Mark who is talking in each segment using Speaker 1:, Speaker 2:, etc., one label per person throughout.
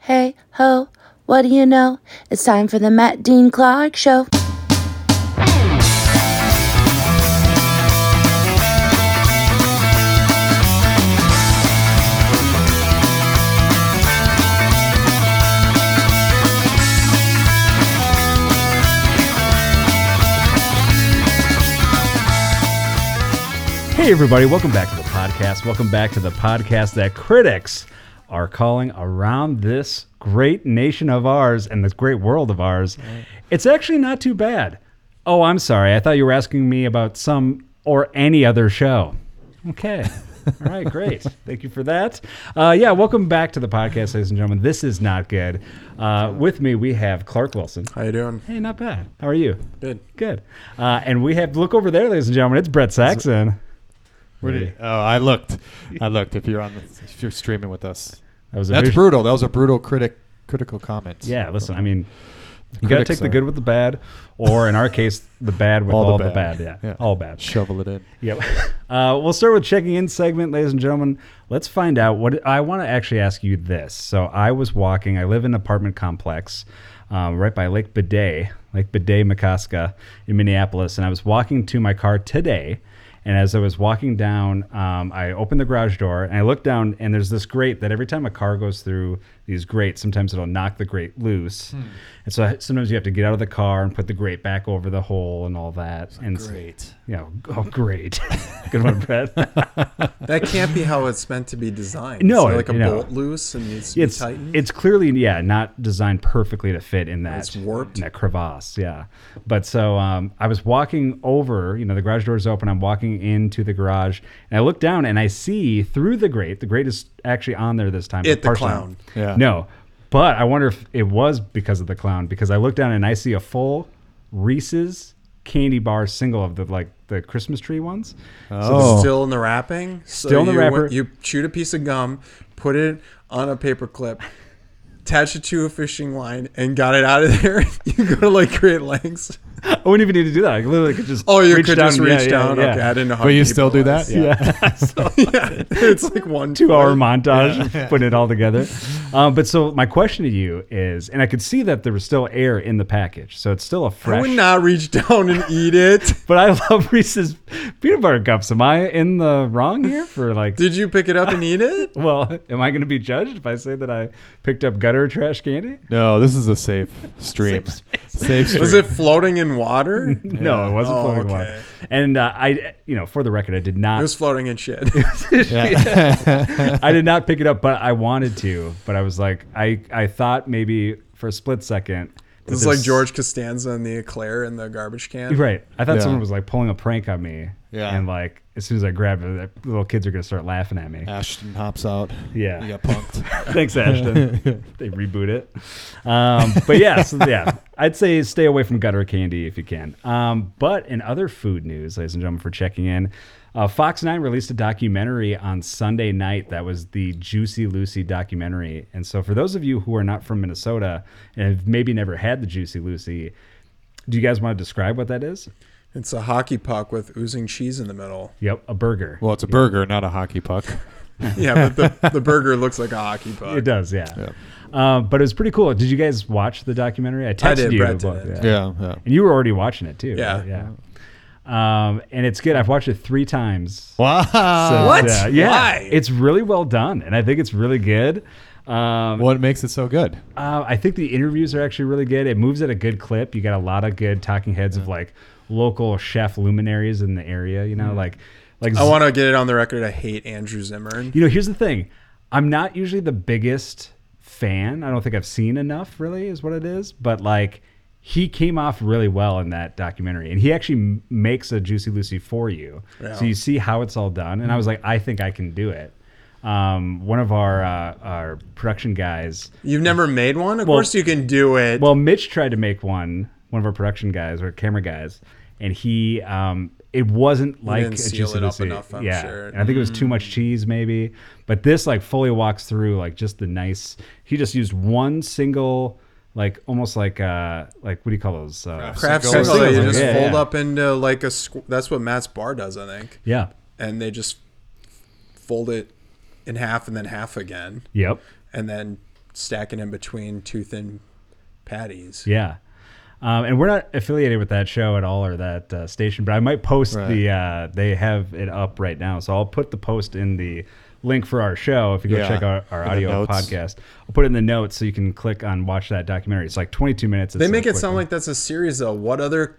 Speaker 1: Hey ho, what do you know? It's time for the Matt Dean Clark Show.
Speaker 2: Hey, everybody, welcome back to the podcast. Welcome back to the podcast that critics are calling around this great nation of ours and this great world of ours. It's actually not too bad. Oh, I'm sorry. I thought you were asking me about some or any other show. Okay. All right, great. Thank you for that. Uh, yeah, welcome back to the podcast, ladies and gentlemen. This is not good. Uh, with me, we have Clark Wilson.
Speaker 3: How you doing?
Speaker 2: Hey, not bad. How are you?
Speaker 3: Good.
Speaker 2: Good. Uh, and we have look over there, ladies and gentlemen. It's Brett Saxon.
Speaker 4: Where did it- Oh, I looked. I looked. If you're on, the, if you're streaming with us,
Speaker 2: That was a
Speaker 4: that's
Speaker 2: very-
Speaker 4: brutal. That was a brutal critic critical comment.
Speaker 2: Yeah, listen, I mean, you got to
Speaker 4: critics
Speaker 2: take the
Speaker 4: are-
Speaker 2: good with the bad, or in our case, the bad with all, the, bad. Yeah, all bad.
Speaker 4: Shovel it in.
Speaker 2: Yep. Uh, we'll start with checking in segment, ladies and gentlemen. Let's find out what I want to actually ask you this. So I was walking. I live in an apartment complex um, right by Lake Bidet, Lake Bidet, Makaska in Minneapolis, and I was walking to my car today. And as I was walking down, um, I opened the garage door and I looked down, and there's this grate that every time a car goes through these grates, sometimes it'll knock the grate loose. And so I- sometimes you have to get out of the car and put the grate back over the hole and all that. And so- yeah. Oh, great. Good one, Brett.
Speaker 3: That can't be how it's meant to be designed.
Speaker 2: No,
Speaker 3: Is there like a
Speaker 2: you know.
Speaker 3: bolt loose and needs to
Speaker 2: it's
Speaker 3: be tightened.
Speaker 2: it's clearly yeah not designed perfectly to fit in that
Speaker 3: It's warped.
Speaker 2: in that crevasse. Yeah. But so um, I was walking over. You know, the garage door is open. I'm walking into the garage, and I look down and I see through the grate. The grate is actually on there this time. but
Speaker 3: It, the
Speaker 2: partially-
Speaker 3: clown.
Speaker 4: Yeah.
Speaker 2: No, but I wonder if it was because of the clown because I look down and I see a full Reese's candy bar single of the like the Christmas tree ones.
Speaker 4: Oh.
Speaker 3: Still in the wrapping. So
Speaker 2: Still in the
Speaker 3: you
Speaker 2: wrapper.
Speaker 3: went- you chewed a piece of gum, put it on a paper clip, attached it to a fishing line, and got it out of there. you go to like create lengths.
Speaker 2: I wouldn't even need to do that. I literally could just
Speaker 3: Oh, you
Speaker 2: reach
Speaker 3: could
Speaker 2: down,
Speaker 3: just
Speaker 2: yeah,
Speaker 3: reach
Speaker 2: yeah,
Speaker 3: down.
Speaker 2: yeah.
Speaker 3: Okay, I didn't know. How
Speaker 4: But you
Speaker 3: deep
Speaker 4: still
Speaker 3: it
Speaker 4: do
Speaker 3: was.
Speaker 4: that? Yeah.
Speaker 3: yeah, it's like one
Speaker 2: two hour montage putting it all together. Um, but so my question to you is, and I could see that there was still air in the package, so it's still a
Speaker 3: I
Speaker 2: fresh.
Speaker 3: would not reach down and eat it.
Speaker 2: but I love Reese's peanut butter cups. Am I in the wrong here for like?
Speaker 3: Did you pick it up and eat it?
Speaker 2: well, am I going to be judged if I say that I picked up gutter trash candy?
Speaker 4: No, this is a safe stream. safe stream.
Speaker 3: Was it floating in water?
Speaker 2: No, it wasn't
Speaker 3: Oh,
Speaker 2: floating
Speaker 3: okay.
Speaker 2: water. And uh, I, you know, for the record, I did not.
Speaker 3: It was floating in shit.
Speaker 2: I did not pick it up, but I wanted to. But I was like, I, I thought maybe for a split second. that
Speaker 3: It's like
Speaker 2: this-
Speaker 3: George Costanza and the eclair in the garbage can.
Speaker 2: Right. I thought
Speaker 4: Yeah.
Speaker 2: someone was like pulling a prank on me.
Speaker 4: Yeah.
Speaker 2: And like, as soon as I grab it, the little kids are going to start laughing at
Speaker 4: Uh,
Speaker 2: me.
Speaker 4: Ashton hops out.
Speaker 2: Yeah.
Speaker 4: You got punked.
Speaker 2: Thanks, Ashton. they reboot it. Um, but yeah, so yeah, I'd say stay away from gutter candy if you can. Um, but in other food news, ladies and gentlemen, for checking in, uh, Fox 9 released a documentary on Sunday night that was the Juicy Lucy documentary. And so, for those of you who are not from Minnesota and have maybe never had the Juicy Lucy, do you guys want to describe what that is?
Speaker 3: It's a hockey puck with oozing cheese in the middle.
Speaker 2: Yep, a burger.
Speaker 4: Well, it's a burger, not a hockey puck.
Speaker 3: Yeah, but the, the burger looks like a hockey puck.
Speaker 2: It does, yeah. Uh, but it was pretty cool. Did you guys watch the documentary? I texted
Speaker 3: did,
Speaker 2: you.
Speaker 3: Brett did
Speaker 2: about-
Speaker 3: it.
Speaker 4: Yeah. yeah.
Speaker 2: And you were already watching it too.
Speaker 3: Yeah.
Speaker 2: right? Yeah. Um, and it's good. I've watched it three times.
Speaker 4: Wow.
Speaker 3: What?
Speaker 2: Yeah. yeah.
Speaker 3: Why?
Speaker 2: It's really well done, and I think it's really good. Um,
Speaker 4: What makes it so good?
Speaker 2: uh, I think the interviews are actually really good. It moves at a good clip. You got a lot of good talking heads of like local chef luminaries in the area. You know, like like
Speaker 3: Mm. I want to get it on the record. I hate Andrew Zimmern.
Speaker 2: You know, here's the thing. I'm not usually the biggest fan. I don't think I've seen enough, really, is what it is. But like, he came off really well in that documentary, and he actually m- makes a Juicy Lucy for you,
Speaker 3: Yeah.
Speaker 2: so you see how it's all done. And I was like, I think I can do it. Um, one of our uh, our production guys,
Speaker 3: You've never made one? Of course you can do it.
Speaker 2: well, Mitch tried to make one, one of our production guys or camera guys, and he, um, it wasn't like
Speaker 3: didn't
Speaker 2: a
Speaker 3: seal
Speaker 2: Juicy
Speaker 3: it up
Speaker 2: Lucy.
Speaker 3: enough, I'm
Speaker 2: yeah,
Speaker 3: sure. Mm.
Speaker 2: and I think it was too much cheese, maybe. But this like fully walks through like just the nice. He just used one single, like almost like uh, like what do you call those? Uh,
Speaker 3: Craft
Speaker 4: Single
Speaker 3: single,
Speaker 4: single,
Speaker 3: you
Speaker 4: yeah,
Speaker 3: just
Speaker 2: yeah,
Speaker 3: fold
Speaker 2: yeah.
Speaker 3: up into like a. Squ- that's what Matt's bar does, I think.
Speaker 2: yeah.
Speaker 3: And they just fold it in half and then half again,
Speaker 2: Yep.
Speaker 3: and then stacking in between two thin patties.
Speaker 2: Yeah. Um, and we're not affiliated with that show at all or that uh, station, but I might post
Speaker 4: Right.
Speaker 2: the. Uh, they have it up right now, so I'll put the post in the link for our show. If you go
Speaker 4: Yeah.
Speaker 2: check out our
Speaker 4: In the
Speaker 2: audio
Speaker 4: notes.
Speaker 2: podcast, I'll put it in the notes so you can click on watch that documentary. It's like 22 minutes. It's
Speaker 3: They
Speaker 2: a
Speaker 3: make it
Speaker 2: quick
Speaker 3: sound
Speaker 2: one.
Speaker 3: like that's a series, though. What other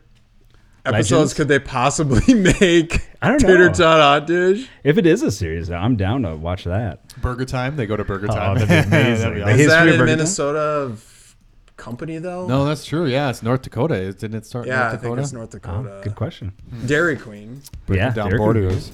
Speaker 3: episodes
Speaker 2: Legends?
Speaker 3: could they possibly make?
Speaker 2: I don't
Speaker 3: Tater
Speaker 2: know.
Speaker 3: tot hot dish.
Speaker 2: if it is a series, I'm down to watch that.
Speaker 4: Burger time. They go to Burger
Speaker 2: Oh,
Speaker 4: time.
Speaker 2: that'd be amazing.
Speaker 4: That'd be
Speaker 2: The
Speaker 4: awesome.
Speaker 3: Is
Speaker 2: history of
Speaker 3: that in
Speaker 2: Burger Time?
Speaker 3: Minnesota f- company though?
Speaker 4: No, that's true. Yeah, it's North Dakota. Is- Didn't it start in
Speaker 3: Yeah,
Speaker 4: North
Speaker 3: I
Speaker 4: Dakota?
Speaker 3: think it's North
Speaker 2: Oh,
Speaker 3: Dakota.
Speaker 2: good question.
Speaker 3: Dairy Queen.
Speaker 2: yeah,
Speaker 4: uh, down
Speaker 2: there could-
Speaker 4: borders.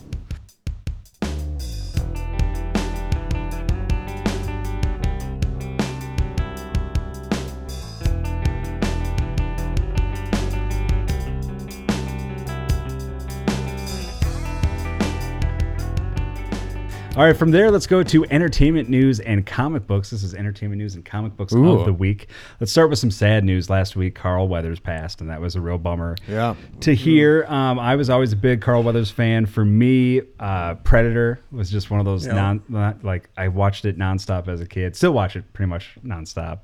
Speaker 2: All right, from there, let's go to entertainment news and comic books. This is entertainment news and comic books
Speaker 4: Ooh.
Speaker 2: of the week. Let's start with some sad news. Last week, Carl Weathers passed, and that was a real bummer.
Speaker 4: Yeah.
Speaker 2: To hear, um, I was always a big Carl Weathers fan. For me, uh, Predator was just one of those
Speaker 3: Yeah.
Speaker 2: non not- like I watched it nonstop as a kid. Still watch it pretty much nonstop,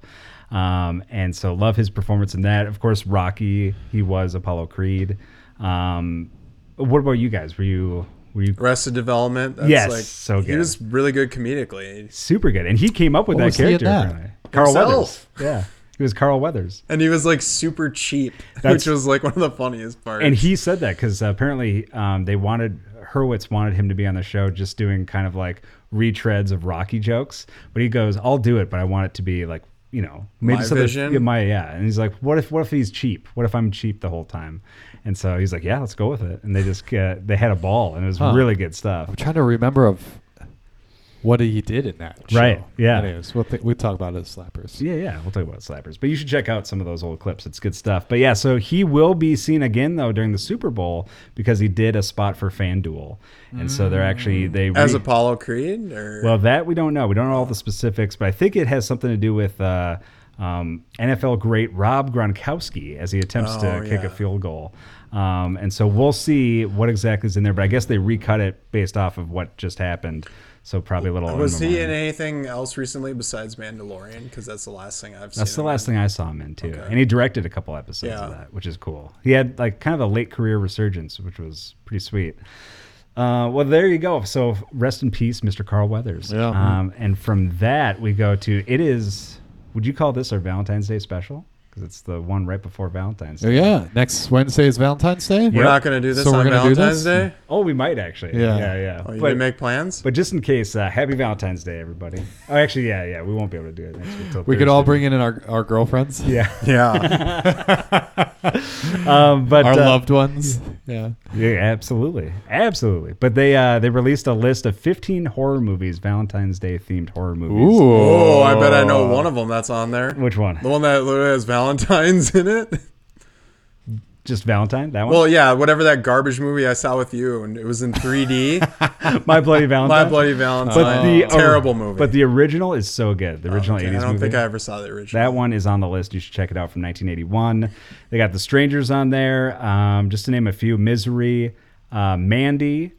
Speaker 2: um, and so love his performance in that. Of course, Rocky. He was Apollo Creed. Um, what about you guys? Were you were you
Speaker 3: Arrested Development. That's
Speaker 2: Yes,
Speaker 3: like,
Speaker 2: so
Speaker 3: He
Speaker 2: good.
Speaker 3: was really good comedically,
Speaker 2: super good, and he came up with
Speaker 4: What
Speaker 2: that
Speaker 4: was he in
Speaker 2: character.
Speaker 4: that?
Speaker 2: apparently. Carl
Speaker 3: Himself.
Speaker 2: Weathers. Yeah, he was Carl Weathers,
Speaker 3: and he was like super cheap,
Speaker 2: That's-
Speaker 3: which was like one of the funniest parts.
Speaker 2: and he said that because apparently um, they wanted Hurwitz wanted him to be on the show, just doing kind of like retreads of Rocky jokes. But he goes, "I'll do it, but I want it to be like." You know, maybe
Speaker 3: My
Speaker 2: something.
Speaker 3: vision?
Speaker 2: yeah, My yeah, and he's like, "What if? What if he's cheap? What if I'm cheap the whole time?" And so he's like, "Yeah, let's go with it." And they just uh, they had a ball, and it was
Speaker 4: Huh.
Speaker 2: really good stuff.
Speaker 4: I'm trying to remember of what he did in that. Show.
Speaker 2: Right, yeah.
Speaker 4: Anyways, we'll th- we talk about it as slappers.
Speaker 2: Yeah, yeah, we'll talk about slappers, but you should check out some of those old clips. It's good stuff. But yeah, so he will be seen again though during the Super Bowl because he did a spot for FanDuel, and so they're actually they
Speaker 3: as
Speaker 2: re-
Speaker 3: Apollo Creed, or
Speaker 2: well that we don't know. We don't know all the specifics, but I think it has something to do with uh, um, NFL great Rob Gronkowski as he attempts
Speaker 3: Oh,
Speaker 2: to kick
Speaker 3: yeah.
Speaker 2: a field goal. Um, and so we'll see what exactly is in there, but I guess they recut it based off of what just happened. So probably a little.
Speaker 3: was he
Speaker 2: unreliable.
Speaker 3: in anything else recently besides Mandalorian? Because that's the last thing I've seen.
Speaker 2: That's the
Speaker 3: him
Speaker 2: last
Speaker 3: in.
Speaker 2: thing I saw him in too, and he directed a couple episodes of
Speaker 3: Yeah.
Speaker 2: that, which is cool. He had like kind of a late career resurgence, which was pretty sweet. Uh, well, there you go. So rest in peace, Mr. Carl Weathers.
Speaker 4: Yeah.
Speaker 2: Um, and from that we go to it is. Would you call this our Valentine's Day special? Because it's the one right before Valentine's.
Speaker 4: Oh,
Speaker 2: Day.
Speaker 4: yeah. Next Wednesday is Valentine's Day.
Speaker 3: We're
Speaker 2: Yep.
Speaker 3: not going to do this
Speaker 4: So we're
Speaker 3: on
Speaker 4: gonna do
Speaker 3: Valentine's
Speaker 4: this?
Speaker 3: Day.
Speaker 2: Oh, we might actually.
Speaker 4: Yeah.
Speaker 2: Yeah. Yeah.
Speaker 3: Oh, you
Speaker 2: but,
Speaker 3: didn't make plans.
Speaker 2: but just in case, uh, happy Valentine's Day, everybody. Oh, actually, yeah, yeah, we won't be able to do it next week. till
Speaker 4: We could all
Speaker 2: Thursday.
Speaker 4: bring in our, our girlfriends,
Speaker 2: Yeah.
Speaker 3: yeah,
Speaker 2: Um, but
Speaker 4: our
Speaker 2: uh,
Speaker 4: loved ones. Yeah.
Speaker 2: Yeah, absolutely, absolutely. But they uh, they released a list of 15 horror movies, Valentine's Day themed horror movies.
Speaker 3: Oh, I bet I know one of them that's on there.
Speaker 2: Which one?
Speaker 3: The one that literally has Valentine's in it.
Speaker 2: Just Valentine? That one?
Speaker 3: Well, yeah, whatever that garbage movie I saw with you, and it was in 3D.
Speaker 2: My Bloody Valentine.
Speaker 3: My Bloody Valentine.
Speaker 2: But the
Speaker 3: terrible movie. Oh,
Speaker 2: But the original is so good. The original
Speaker 3: Okay,
Speaker 2: 80s
Speaker 3: I don't
Speaker 2: movie.
Speaker 3: think I ever saw the original.
Speaker 2: that one is on the list. You should check it out from 1981. They got The Strangers on there, um, just to name a few Misery, uh, Mandy.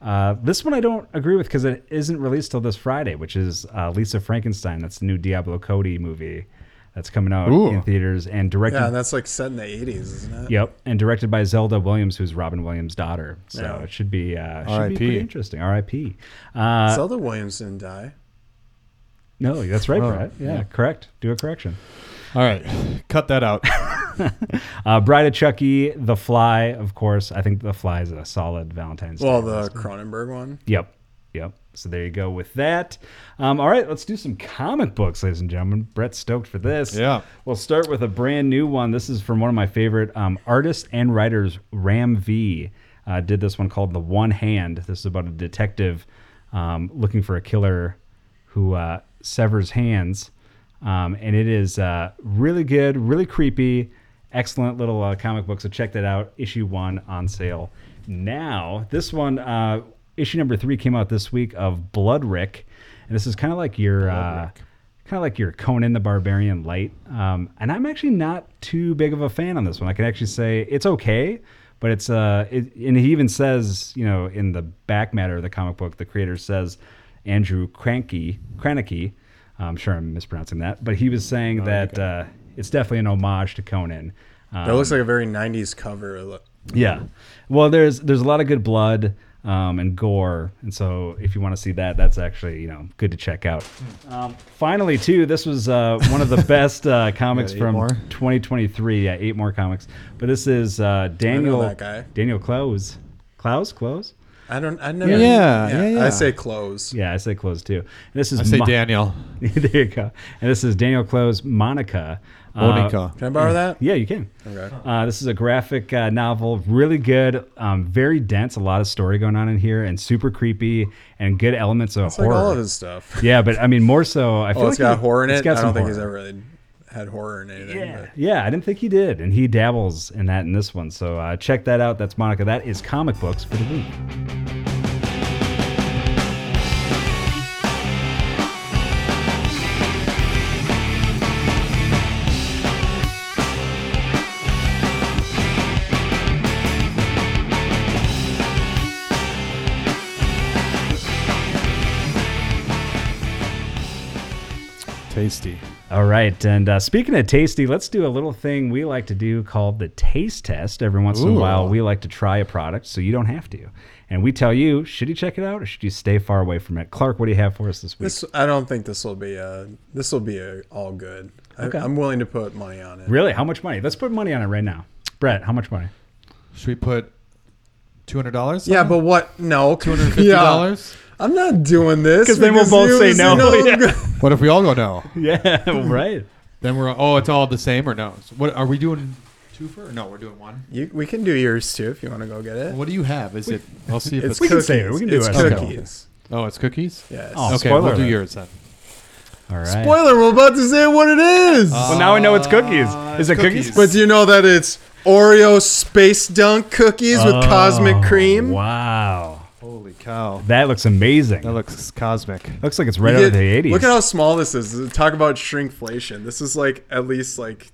Speaker 2: Uh, this one I don't agree with because it isn't released till this Friday, which is uh, Lisa Frankenstein. That's the new Diablo Cody movie that's coming out
Speaker 4: Ooh.
Speaker 2: in theaters and directed
Speaker 3: yeah, and that's like set in the 80s, isn't it?
Speaker 2: Yep, and directed by Zelda Williams, who's Robin Williams' daughter. So
Speaker 3: Yeah.
Speaker 2: it should be uh, should be
Speaker 4: R.I.P..
Speaker 2: pretty interesting. R.I.P. Uh,
Speaker 3: Zelda Williams didn't die.
Speaker 2: no, that's right,
Speaker 4: Oh,
Speaker 2: Brett. Yeah,
Speaker 4: yeah.
Speaker 2: correct. Do a correction.
Speaker 4: All right. Cut that out.
Speaker 2: Uh, Bride of Chucky, The Fly, of course. I think The Fly is a solid Valentine's.
Speaker 3: Well,
Speaker 2: Day.
Speaker 3: the Cronenberg one.
Speaker 2: Yep, yep. So there you go with that. Um, all right, let's do some comic books, ladies and gentlemen. Brett's stoked for this.
Speaker 4: Yeah.
Speaker 2: We'll start with a brand new one. This is from one of my favorite um, artists and writers, Ram V. Uh, did this one called The One Hand. This is about a detective um, looking for a killer who uh, severs hands. Um, and it is uh, really good, really creepy, excellent little uh, comic book. So check that out. Issue one on sale now. This one, uh, issue number three, came out this week of Blood Rick. And this is kind of like your. Uh, Kind of like your Conan the Barbarian light, um, and I'm actually not too big of a fan on this one. I can actually say it's okay, but it's uh, it, and he even says, you know, in the back matter of the comic book, the creator says Andrew Cranky, Kranicky, I'm sure I'm mispronouncing that, but he was saying that uh, it's definitely an homage to Conan. Um,
Speaker 3: That looks like a very '90s cover. Look,
Speaker 2: yeah. Well, there's there's a lot of good blood um, and gore, and so if you want to see that, that's actually you know good to check out.
Speaker 4: Hmm.
Speaker 2: Um, finally, too, this was uh, one of the best uh, comics
Speaker 4: eight
Speaker 2: from
Speaker 4: more?
Speaker 2: 2023. Yeah, eight more comics, but this is uh, Daniel
Speaker 3: that guy.
Speaker 2: Daniel Close. Close, close.
Speaker 3: I don't. I never.
Speaker 4: Yeah, yeah, yeah.
Speaker 3: I say clothes.
Speaker 2: Yeah, I say close too. And this is
Speaker 4: I say
Speaker 2: Mo-
Speaker 4: Daniel.
Speaker 2: there you go. And this is Daniel Close, Monica. Uh,
Speaker 4: Monica.
Speaker 3: Can I borrow that?
Speaker 2: Yeah, you can.
Speaker 3: Okay.
Speaker 2: Uh, this is a graphic uh, novel, really good, um, very dense, a lot of story going on in here, and super creepy, and good elements of
Speaker 3: It's
Speaker 2: horror.
Speaker 3: like all of his stuff.
Speaker 2: Yeah, but I mean, more so. I feel
Speaker 3: Oh, it's
Speaker 2: like
Speaker 3: got
Speaker 2: he-
Speaker 3: horror in
Speaker 2: it's
Speaker 3: it.
Speaker 2: got
Speaker 3: I
Speaker 2: some
Speaker 3: don't think
Speaker 2: horror.
Speaker 3: he's ever really had horror in anything.
Speaker 2: Yeah.
Speaker 3: but-
Speaker 2: yeah, I didn't think he did, and he dabbles in that in this one. So uh, check that out. That's Monica. That is comic books for the week.
Speaker 4: Tasty.
Speaker 2: All right, and uh, speaking of tasty, let's do a little thing we like to do called the taste test. Every once in a
Speaker 4: Ooh.
Speaker 2: while, we like to try a product, so you don't have to. And we tell you, should you check it out or should you stay far away from it? Clark, what do you have for us this week?
Speaker 3: This uh, I don't think this will be a this will be a all good. I, I'm willing to put money on it.
Speaker 2: Really? How much money? Let's put money on it right now. Brett, how much money?
Speaker 4: Should we put two hundred dollars?
Speaker 3: Yeah, but what? No, two hundred
Speaker 4: fifty dollars.
Speaker 3: I'm not doing this
Speaker 2: 'Cause then we'll both
Speaker 3: you-
Speaker 2: say
Speaker 3: you
Speaker 2: no.
Speaker 3: know I'm
Speaker 2: Yeah.
Speaker 3: good.
Speaker 4: What if we all go no?
Speaker 2: Yeah, right.
Speaker 4: Then we're oh, it's all the same or no? So what are we doing? Two for no, we're doing one.
Speaker 3: You, we can do yours too if you want to go get it.
Speaker 4: What do you have? Is it? I'll see if it's.
Speaker 3: It's
Speaker 2: We
Speaker 3: cookies.
Speaker 2: can save it. We can do
Speaker 3: it's
Speaker 2: it. Okay.
Speaker 3: cookies.
Speaker 4: oh, it's cookies.
Speaker 3: Yes.
Speaker 2: Oh,
Speaker 4: okay,
Speaker 2: spoiler
Speaker 4: we'll do
Speaker 2: alert.
Speaker 4: yours then.
Speaker 2: All right.
Speaker 3: Spoiler: We're about to say what it is.
Speaker 2: Well, now I know it's cookies.
Speaker 3: Uh,
Speaker 2: Is it cookies?
Speaker 4: cookies.
Speaker 3: but do you know that it's Oreo space dunk cookies with cosmic cream?
Speaker 2: Oh, Wow.
Speaker 4: Holy cow!
Speaker 2: That looks amazing.
Speaker 4: That looks cosmic.
Speaker 2: looks like it's right
Speaker 3: You
Speaker 2: out of
Speaker 3: get-
Speaker 2: the 80s.
Speaker 3: Look at how small this is. Talk about shrinkflation. This is like at least like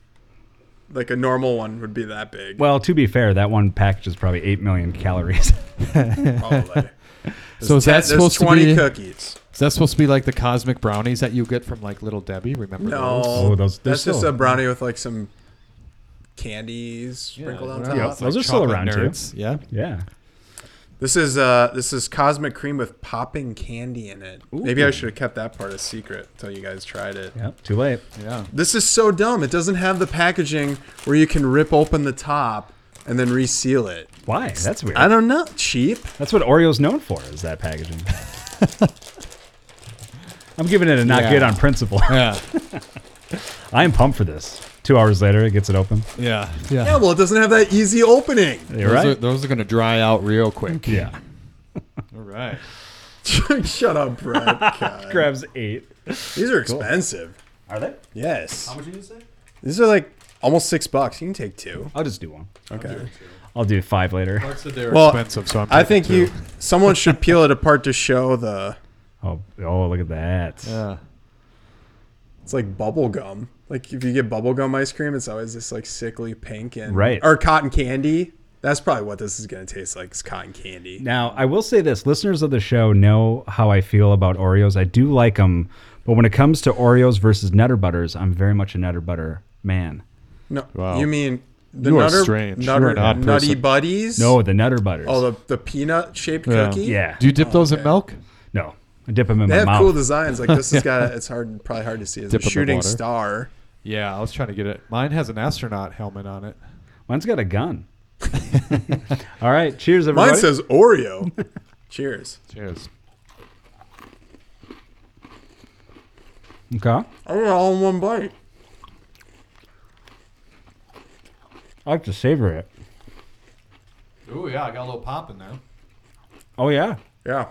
Speaker 3: like a normal one would be that big.
Speaker 2: well, to be fair, that one package is probably 8 million calories.
Speaker 3: probably.
Speaker 4: So is that
Speaker 3: Ten- there's
Speaker 4: supposed to
Speaker 3: 20
Speaker 4: be?
Speaker 3: cookies.
Speaker 4: Is that supposed to be like the cosmic brownies that you get from like Little Debbie? Remember
Speaker 3: No,
Speaker 4: those?
Speaker 2: Oh, those- they're
Speaker 3: that's just
Speaker 2: still-
Speaker 3: a brownie with like some candies sprinkled on top.
Speaker 2: Yeah,
Speaker 4: It's
Speaker 2: those are still
Speaker 4: chocolate
Speaker 2: around, too.
Speaker 4: nerds. Yeah.
Speaker 2: yeah.
Speaker 3: This is uh this is cosmic cream with popping candy in it. Maybe I should have kept that part a secret until you guys tried it.
Speaker 2: Yep. Too late.
Speaker 4: Yeah.
Speaker 3: This is so dumb. It doesn't have the packaging where you can rip open the top and then reseal it.
Speaker 2: Why? That's weird.
Speaker 3: I don't know. Cheap.
Speaker 2: That's what Oreo's known for is that packaging. I'm giving it a not
Speaker 4: Yeah.
Speaker 2: good on principle.
Speaker 4: Yeah.
Speaker 2: I am pumped for this. Two hours later, it gets it open.
Speaker 4: Yeah.
Speaker 3: Yeah, well, it doesn't have that easy opening.
Speaker 2: You're
Speaker 4: Those,
Speaker 2: right.
Speaker 4: are, those are gonna dry out real quick.
Speaker 2: yeah.
Speaker 4: All right.
Speaker 3: Shut up, Brad. God.
Speaker 2: Grabs eight.
Speaker 3: These are expensive.
Speaker 2: Are they?
Speaker 3: Yes.
Speaker 4: much did you say?
Speaker 3: These are like almost six bucks. You can take two.
Speaker 2: I'll just do one.
Speaker 3: Okay.
Speaker 2: I'll do five later.
Speaker 4: Mark said they were
Speaker 3: Well,
Speaker 4: expensive, so I'm
Speaker 3: I
Speaker 4: taking
Speaker 3: think you.
Speaker 4: two.
Speaker 3: Someone should peel it apart to show the.
Speaker 2: Oh, oh, look at that.
Speaker 4: Yeah.
Speaker 3: It's like bubble gum. Like if you get bubble gum ice cream, it's always this like sickly pink and
Speaker 2: Right.
Speaker 3: or cotton candy. That's probably what this is gonna taste like. It's cotton candy.
Speaker 2: Now, I will say this listeners of the show know how I feel about Oreos. I do like them, but when it comes to Oreos versus Nutter Butters, I'm very much a Nutter Butter man.
Speaker 3: No,
Speaker 4: Wow.
Speaker 3: you mean the
Speaker 4: You are
Speaker 3: nutter,
Speaker 4: strange. You
Speaker 3: nutter
Speaker 4: are an odd
Speaker 3: nutty
Speaker 4: person.
Speaker 3: buddies?
Speaker 2: No, the Nutter Butters.
Speaker 3: Oh, the, the peanut shaped
Speaker 4: Yeah.
Speaker 3: cookie.
Speaker 2: yeah.
Speaker 4: Do you
Speaker 3: Oh,
Speaker 4: dip those in milk?
Speaker 2: no. I dip them in
Speaker 3: They
Speaker 2: my
Speaker 3: have
Speaker 2: mouth.
Speaker 3: cool designs. Like this has got. It's hard, probably hard to see. It's
Speaker 4: Dip
Speaker 3: a
Speaker 4: in the
Speaker 3: shooting
Speaker 4: water.
Speaker 3: star.
Speaker 4: Yeah, I was trying to get it. Mine has an astronaut helmet on it.
Speaker 2: Mine's got a gun. All right, cheers, everybody.
Speaker 3: Mine says Oreo. Cheers.
Speaker 4: Cheers.
Speaker 2: okay.
Speaker 3: I want it all in one bite.
Speaker 2: I like to savor it.
Speaker 4: Ooh, yeah, I got a little pop in there.
Speaker 2: Oh yeah,
Speaker 3: Yeah,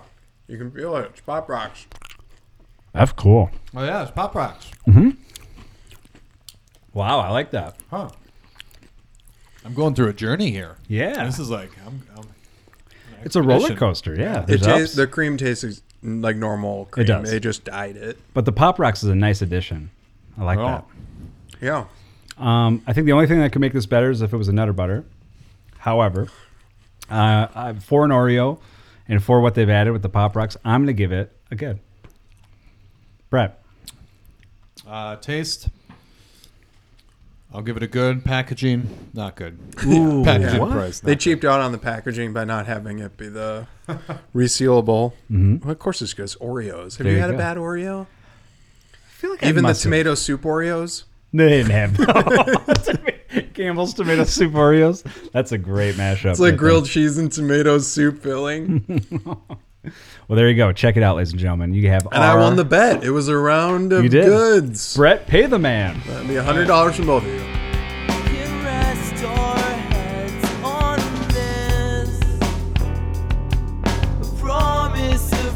Speaker 3: you can feel it. It's pop rocks.
Speaker 2: that's cool.
Speaker 4: Oh yeah, it's pop rocks.
Speaker 2: Wow, I like that.
Speaker 4: Huh. I'm going through a journey here.
Speaker 2: Yeah,
Speaker 4: This is like I'm, I'm
Speaker 2: it's a roller
Speaker 4: Expedition.
Speaker 2: coaster. Yeah,
Speaker 3: It
Speaker 2: there's ups.
Speaker 3: tastes, the cream tastes ex- like normal cream.
Speaker 2: does.
Speaker 3: They just dyed it.
Speaker 2: but the Pop Rocks is a nice addition. I like
Speaker 4: Oh.
Speaker 3: Yeah.
Speaker 2: that. Um, I think the only thing that could make this better is if it was a Nutter Butter. However, uh, I, for an Oreo and for what they've added with the Pop Rocks, I'm gonna give it a good. Brett,
Speaker 4: Uh, taste. I'll give it a good packaging. Not good.
Speaker 2: Ooh,
Speaker 4: packaging
Speaker 3: what?
Speaker 4: price. not
Speaker 3: They
Speaker 4: good.
Speaker 3: cheaped out on the packaging by not having it be the resealable. Well, of course, it's good. It's Oreos.
Speaker 2: Mm-hmm.
Speaker 3: Have
Speaker 2: There
Speaker 3: you
Speaker 2: you
Speaker 3: had
Speaker 2: go.
Speaker 3: a bad Oreo?
Speaker 2: I feel like I
Speaker 3: Even the
Speaker 2: must have-
Speaker 3: tomato soup Oreos.
Speaker 2: They didn't have Campbell's tomato soup Oreos. That's a great mashup.
Speaker 3: It's like grilled cheese and tomato soup filling. And
Speaker 2: Well, there you go. Check it out, ladies and gentlemen. You have
Speaker 3: I
Speaker 2: our-
Speaker 3: won the bet. It was a round of
Speaker 2: You did.
Speaker 3: goods.
Speaker 2: Brett. Pay the man.
Speaker 3: That'd be hundred dollars from both of you.
Speaker 5: Can rest our heads on this promise of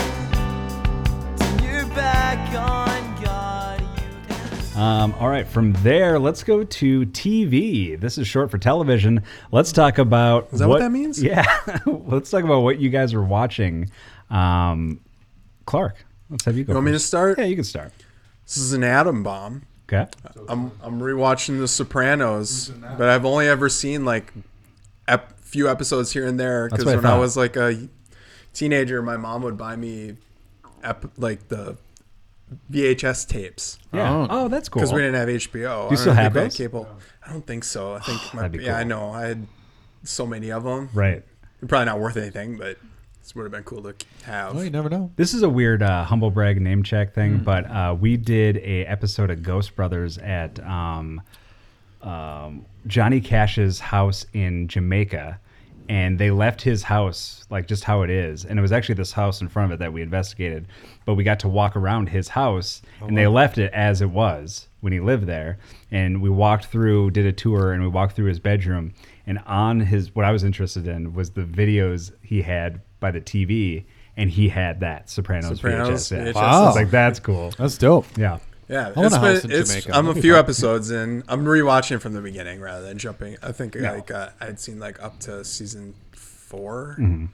Speaker 5: protection. Turn your back on God, you.
Speaker 2: Um, all right, from there, let's go to TV. This is short for television. Let's talk about. Is
Speaker 3: that what that means?
Speaker 2: Yeah. let's talk about what you guys are watching. Um, Clark, let's have you go.
Speaker 3: You want me to
Speaker 2: first.
Speaker 3: start?
Speaker 2: Yeah, you can start.
Speaker 3: This is an atom bomb.
Speaker 2: Okay.
Speaker 3: I'm I'm rewatching The Sopranos, but I've only ever seen like a few episodes here and there because
Speaker 2: what I
Speaker 3: when I
Speaker 2: thought.
Speaker 3: was like a teenager, my mom would buy me ep- like the VHS tapes
Speaker 2: Yeah.
Speaker 4: Oh.
Speaker 2: Oh, that's cool.
Speaker 3: because we didn't have HBO. I
Speaker 2: you still have
Speaker 3: don't think we had
Speaker 2: those? Oh,
Speaker 3: Cable. I don't think so. I think my,
Speaker 2: That'd be
Speaker 3: yeah, I
Speaker 2: cool.
Speaker 3: know. I had so many of them.
Speaker 2: Right.
Speaker 3: Probably not worth anything, but it would have been cool to have.
Speaker 4: Well, you never know.
Speaker 2: This is a weird uh, humble brag name check thing, but uh, we did a episode of Ghost Brothers at um, um, Johnny Cash's house in Jamaica, and they left his house like just how it is, and it was actually this house in front of it that we investigated, but we got to walk around his house,
Speaker 4: Oh,
Speaker 2: and they left it as it was when he lived there, and we walked through, did a tour, and we walked through his bedroom, and on his what I was interested in was the videos he had by the TV. And he had that Sopranos,
Speaker 3: Sopranos,
Speaker 2: VHS. Yeah.
Speaker 3: VHS.
Speaker 2: I was
Speaker 4: Wow.
Speaker 2: like, that's cool.
Speaker 4: That's dope.
Speaker 2: Yeah.
Speaker 3: Yeah,
Speaker 4: own
Speaker 3: it's
Speaker 4: a house
Speaker 3: been-
Speaker 4: in
Speaker 3: it's-
Speaker 4: Jamaica.
Speaker 3: I'm a
Speaker 4: That'd be
Speaker 3: few
Speaker 4: fun.
Speaker 3: episodes in. I'm rewatching from the beginning rather than jumping. I think like uh, I'd seen like up to season 4
Speaker 4: Mm-hmm.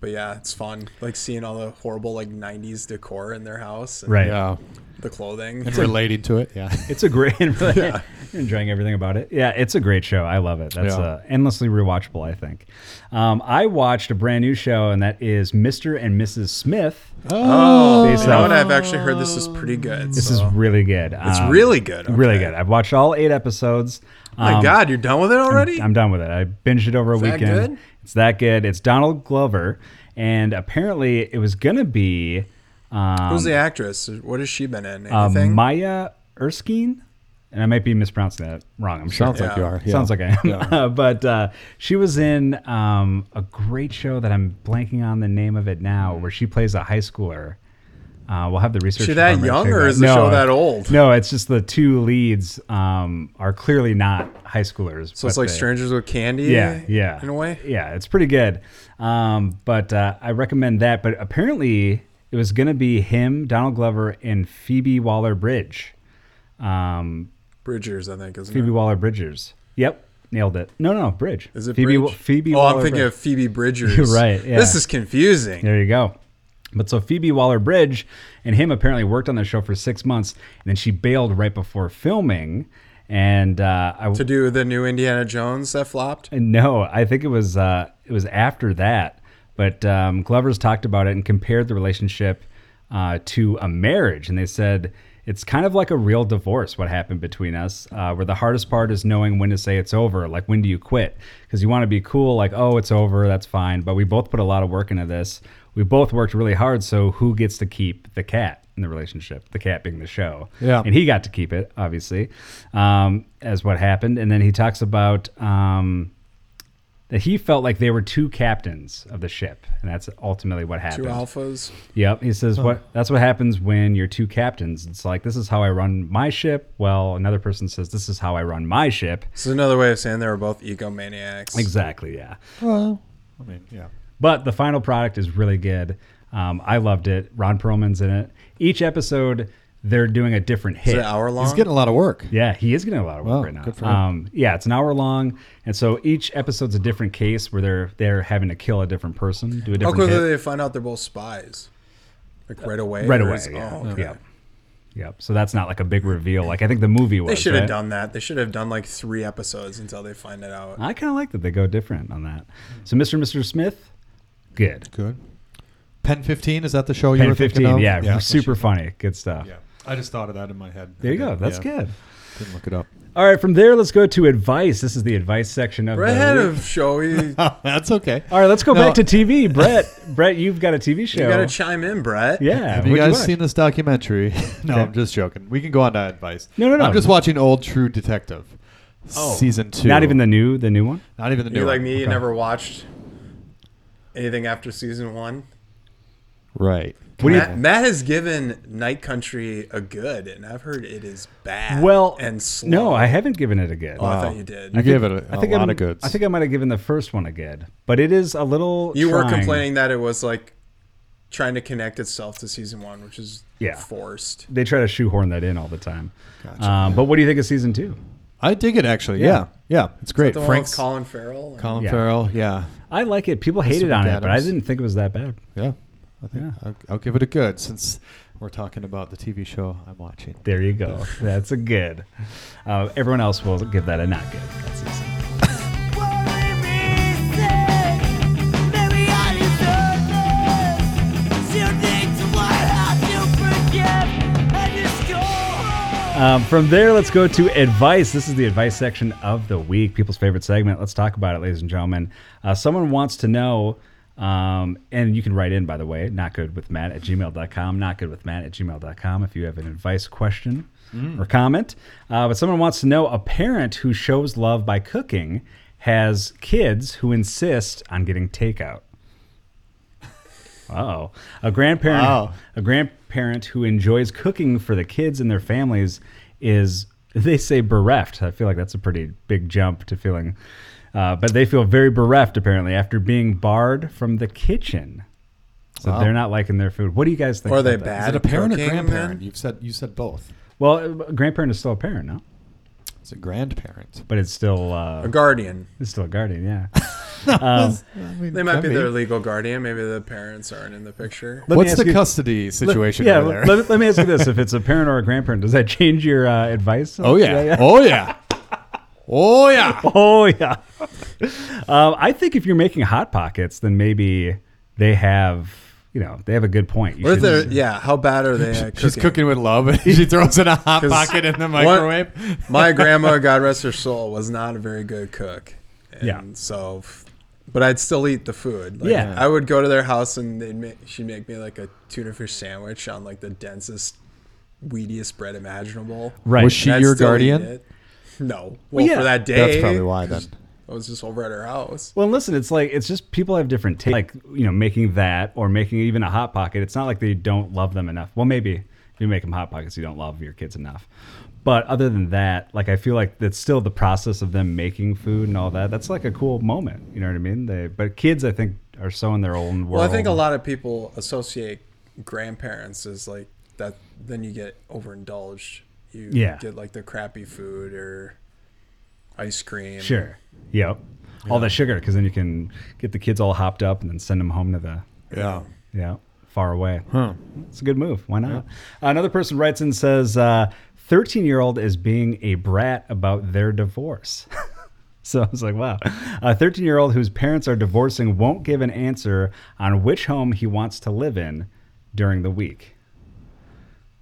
Speaker 3: But yeah, it's fun. Like seeing all the horrible like '90s decor in their house, and
Speaker 2: Right.
Speaker 4: Yeah.
Speaker 3: The clothing.
Speaker 4: And relating to it. Yeah.
Speaker 2: It's a great. You're enjoying everything about it. Yeah, it's a great show. I love it. That's
Speaker 4: Yeah.
Speaker 2: uh, endlessly rewatchable. I think. Um, I watched a brand new show, and that is Mr. and Mrs. Smith.
Speaker 4: Oh.
Speaker 2: Based
Speaker 3: You know
Speaker 2: off-
Speaker 3: what? I've actually heard this is pretty good.
Speaker 2: this is really good. Um,
Speaker 3: it's really good.
Speaker 2: Really
Speaker 3: okay.
Speaker 2: good. I've watched all eight episodes.
Speaker 3: Oh my
Speaker 2: Um,
Speaker 3: God, you're done with it already?
Speaker 2: I'm done with it. I binged it over a
Speaker 3: that
Speaker 2: weekend.
Speaker 3: good?
Speaker 2: It's that good. It's Donald Glover, and apparently it was gonna be um,
Speaker 3: Who's the actress? What has she been in?
Speaker 4: Um,
Speaker 2: uh,
Speaker 3: Anything?
Speaker 2: Maya Erskine, and I might be mispronouncing that wrong. I'm sure.
Speaker 4: Sounds like you
Speaker 3: Yeah.
Speaker 4: are.
Speaker 2: Sounds like I am.
Speaker 4: Yeah.
Speaker 2: Uh, but uh, she was in um, a great show that I'm blanking on the name of it now, where she plays a high schooler. Uh, we'll have the research.
Speaker 3: She that
Speaker 2: department
Speaker 3: young,
Speaker 2: check
Speaker 3: or
Speaker 2: that.
Speaker 3: is the show that old?
Speaker 2: No, it's just the two leads um, are clearly not high schoolers.
Speaker 3: so it's
Speaker 2: but
Speaker 3: like
Speaker 2: they-
Speaker 3: Strangers with Candy.
Speaker 2: Yeah, yeah.
Speaker 3: In a way.
Speaker 2: Yeah, it's pretty good. Um, but uh, I recommend that. But apparently, it was going to be him, Donald Glover, and Phoebe Waller Bridge. Um,
Speaker 3: Bridgers, I think, isn't
Speaker 2: Phoebe
Speaker 3: it?
Speaker 2: Waller Bridgers. Yep, nailed it. No, no, Bridge.
Speaker 3: Is it
Speaker 2: Phoebe?
Speaker 3: Bridge?
Speaker 2: Phoebe.
Speaker 3: Oh,
Speaker 2: Waller
Speaker 3: I'm thinking
Speaker 2: Bridge.
Speaker 3: of Phoebe Bridgers.
Speaker 2: You're right, yeah.
Speaker 3: This is confusing.
Speaker 2: There you go. But so Phoebe Waller Bridge and him apparently worked on the show for six months, and then she bailed right before filming. And uh, I
Speaker 3: To do the new Indiana Jones that flopped.
Speaker 2: no, I think it was uh, it was after that. But um, Glover's talked about it and compared the relationship uh, to a marriage, and they said it's kind of like a real divorce. What happened between us, uh, where the hardest part is knowing when to say it's over. Like when do you quit? Because you want to be cool, like oh it's over, that's fine. But we both put a lot of work into this. We both worked really hard, so who gets to keep the cat in the relationship? The cat being the show.
Speaker 4: Yeah.
Speaker 2: And he got to keep it, obviously, um, as what happened. And then he talks about um, that he felt like they were two captains of the ship, and that's ultimately what
Speaker 3: Two
Speaker 2: happened.
Speaker 3: alphas.
Speaker 2: Yep, he says what that's what happens when you're two captains. It's like this is how I run my ship. Well, another person says this is how I run my ship.
Speaker 3: This is another way of saying they were both egomaniacs.
Speaker 2: Exactly, yeah.
Speaker 4: Well, I mean, yeah.
Speaker 2: But the final product is really good. Um, I loved it. Ron Perlman's in it. Each episode, they're doing a different hit.
Speaker 3: Is it hour long?
Speaker 4: He's getting a lot of work.
Speaker 2: Yeah, he is getting a lot of work
Speaker 4: Wow,
Speaker 2: right now.
Speaker 4: good for him.
Speaker 2: Um, yeah, it's an hour long, and so each episode's a different case where they're they're having to kill a different person, do a
Speaker 3: How
Speaker 2: different
Speaker 3: quickly
Speaker 2: hit.
Speaker 3: do they find out they're both spies? Like right away.
Speaker 2: right
Speaker 3: or
Speaker 2: away.
Speaker 3: is-
Speaker 2: Yeah.
Speaker 3: oh, okay.
Speaker 2: Yep. Yep. So that's not like a big reveal. Like I think the movie was.
Speaker 3: They should have
Speaker 2: right?
Speaker 3: done that. They should have done like three episodes until they find it out.
Speaker 2: I kind of like that they go different on that. So Mr. and Mr. Smith, good.
Speaker 4: Good. Pen 15, is that the show you
Speaker 2: Pen
Speaker 4: were thinking
Speaker 2: 15.
Speaker 4: of?
Speaker 2: Yeah,
Speaker 4: that's
Speaker 2: super
Speaker 4: your-
Speaker 2: funny. Good stuff.
Speaker 4: Yeah. I just thought of that in my head.
Speaker 2: There you go. That's
Speaker 4: Yeah.
Speaker 2: good.
Speaker 4: Didn't look it up.
Speaker 2: All right, from there, let's go to advice. This is the advice section of
Speaker 3: We're
Speaker 2: the
Speaker 3: ahead
Speaker 2: week.
Speaker 3: of showy.
Speaker 4: Oh, that's okay.
Speaker 2: All right, let's go
Speaker 4: No.
Speaker 2: back to TV. Brett, Brett, you've got a TV show.
Speaker 3: You gotta chime in, Brett.
Speaker 2: yeah.
Speaker 4: Have you
Speaker 2: what'd
Speaker 4: guys
Speaker 2: watch?
Speaker 4: seen this documentary? no,
Speaker 2: Okay.
Speaker 4: I'm just joking. We can go on to advice.
Speaker 2: No, no, no.
Speaker 4: I'm just watching Old True Detective,
Speaker 2: Oh.
Speaker 4: season two.
Speaker 2: Not even the new, the new one.
Speaker 4: Not even the new.
Speaker 3: You like
Speaker 4: one.
Speaker 3: me? You
Speaker 2: Okay.
Speaker 3: never watched anything after season one.
Speaker 4: Right.
Speaker 2: What do you-
Speaker 3: Matt, Matt has given Night Country a good, and I've heard it is bad.
Speaker 2: Well,
Speaker 3: and slow.
Speaker 2: no, I haven't given it a good.
Speaker 3: Oh, I thought you did.
Speaker 4: You gave it a,
Speaker 2: I
Speaker 4: a
Speaker 2: think
Speaker 4: lot
Speaker 2: I'm-
Speaker 4: of goods.
Speaker 2: I think I might have given the first one a good, but it is a little.
Speaker 3: you were
Speaker 2: trying.
Speaker 3: complaining that it was like trying to connect itself to season one, which is
Speaker 2: Yeah.
Speaker 3: forced.
Speaker 2: They try to shoehorn that in all the time. Um, but what do you think of season two?
Speaker 4: I dig it actually.
Speaker 2: Yeah.
Speaker 4: Yeah. Yeah. It's great.
Speaker 3: The one with
Speaker 4: Frank's
Speaker 3: Colin Farrell.
Speaker 4: Colin
Speaker 2: Yeah.
Speaker 4: Farrell. Yeah.
Speaker 2: I like it. People hated
Speaker 4: with
Speaker 2: on it, but I
Speaker 4: Adams.
Speaker 2: didn't think it was that bad.
Speaker 4: Yeah. I think
Speaker 2: Yeah.
Speaker 4: I'll, I'll give it a good since we're talking about the TV show I'm watching.
Speaker 2: There you go. That's a good. Uh, everyone else will give that a not good. That's easy. Um, from there, let's go to advice. This is the advice section of the week, people's favorite segment. Let's talk about it, ladies and gentlemen. Uh, someone wants to know, um, and you can write in, by the way, notgoodwithmatt at gmail.com, notgoodwithmatt at gmail.com if you have an advice question or comment. Uh, but someone wants to know a parent who shows love by cooking has kids who insist on getting takeout. Oh, a grandparent,
Speaker 4: Wow.
Speaker 2: a grandparent who enjoys cooking for the kids and their families is they say bereft. I feel like that's a pretty big jump to feeling, uh, but they feel very bereft apparently after being barred from the kitchen. So
Speaker 4: Wow.
Speaker 2: they're not liking their food. What do you guys think?
Speaker 3: Or are
Speaker 2: about
Speaker 3: they
Speaker 2: that?
Speaker 3: bad?
Speaker 4: Is it a parent or
Speaker 3: cooking,
Speaker 4: grandparent?
Speaker 3: then?
Speaker 4: You've said you said both.
Speaker 2: Well, a grandparent is still a parent, no,
Speaker 4: It's a grandparent.
Speaker 2: but it's still uh,
Speaker 3: A guardian.
Speaker 2: it's still a guardian. Yeah.
Speaker 3: They might be their legal guardian. Maybe the parents aren't in the picture.
Speaker 2: Let me
Speaker 4: What's
Speaker 2: ask
Speaker 4: the
Speaker 2: you-
Speaker 4: custody situation
Speaker 2: yeah.
Speaker 4: over there?
Speaker 2: Let, let me ask you this: If it's a parent or a grandparent, does that change your uh, advice?
Speaker 4: oh yeah. Oh yeah. Oh yeah.
Speaker 2: Oh yeah. um, I think if you're making hot pockets, then maybe they have, you know, they have a good point. You
Speaker 3: What if they're
Speaker 2: shouldn't-
Speaker 3: yeah? How bad are they? At
Speaker 4: She's cooking with love. and she throws in a hot
Speaker 3: 'Cause
Speaker 4: pocket in the
Speaker 3: one-
Speaker 4: microwave.
Speaker 3: My grandma, God rest her soul, was not a very good cook. And
Speaker 2: Yeah.
Speaker 3: So, but I'd still eat the food. Like,
Speaker 2: Yeah.
Speaker 3: I would go to their house and they'd make, she'd make me like a tuna fish sandwich on like the densest, weediest bread imaginable.
Speaker 2: right.
Speaker 4: Was she
Speaker 3: And I'd
Speaker 4: your
Speaker 3: still eat
Speaker 4: guardian?
Speaker 3: it. No. Well,
Speaker 2: yeah.
Speaker 3: for that day.
Speaker 4: That's probably why then.
Speaker 3: I was just over at her house.
Speaker 2: well, listen, it's like it's just people have different tastes. Like you know, making that or making even a hot pocket. It's not like they don't love them enough. Well, maybe if you make them hot pockets, you don't love your kids enough. But other than that, like I feel like that's still the process of them making food and all that. That's like a cool moment. You know what I mean? They, but kids, I think, are so in their own world.
Speaker 3: Well, I think a lot of people associate grandparents as like that. Then you get overindulged. You
Speaker 2: Yeah.
Speaker 3: get like the crappy food or ice cream.
Speaker 2: Sure. Yep. All the sugar, because then you can get the kids all hopped up and then send them home to the
Speaker 4: Yeah.
Speaker 2: yeah far away. It's a good move. Why not? Another person writes and says, "13 year old is being a brat about their divorce." so I was like, "Wow." A 13 year old whose parents are divorcing won't give an answer on which home he wants to live in during the week.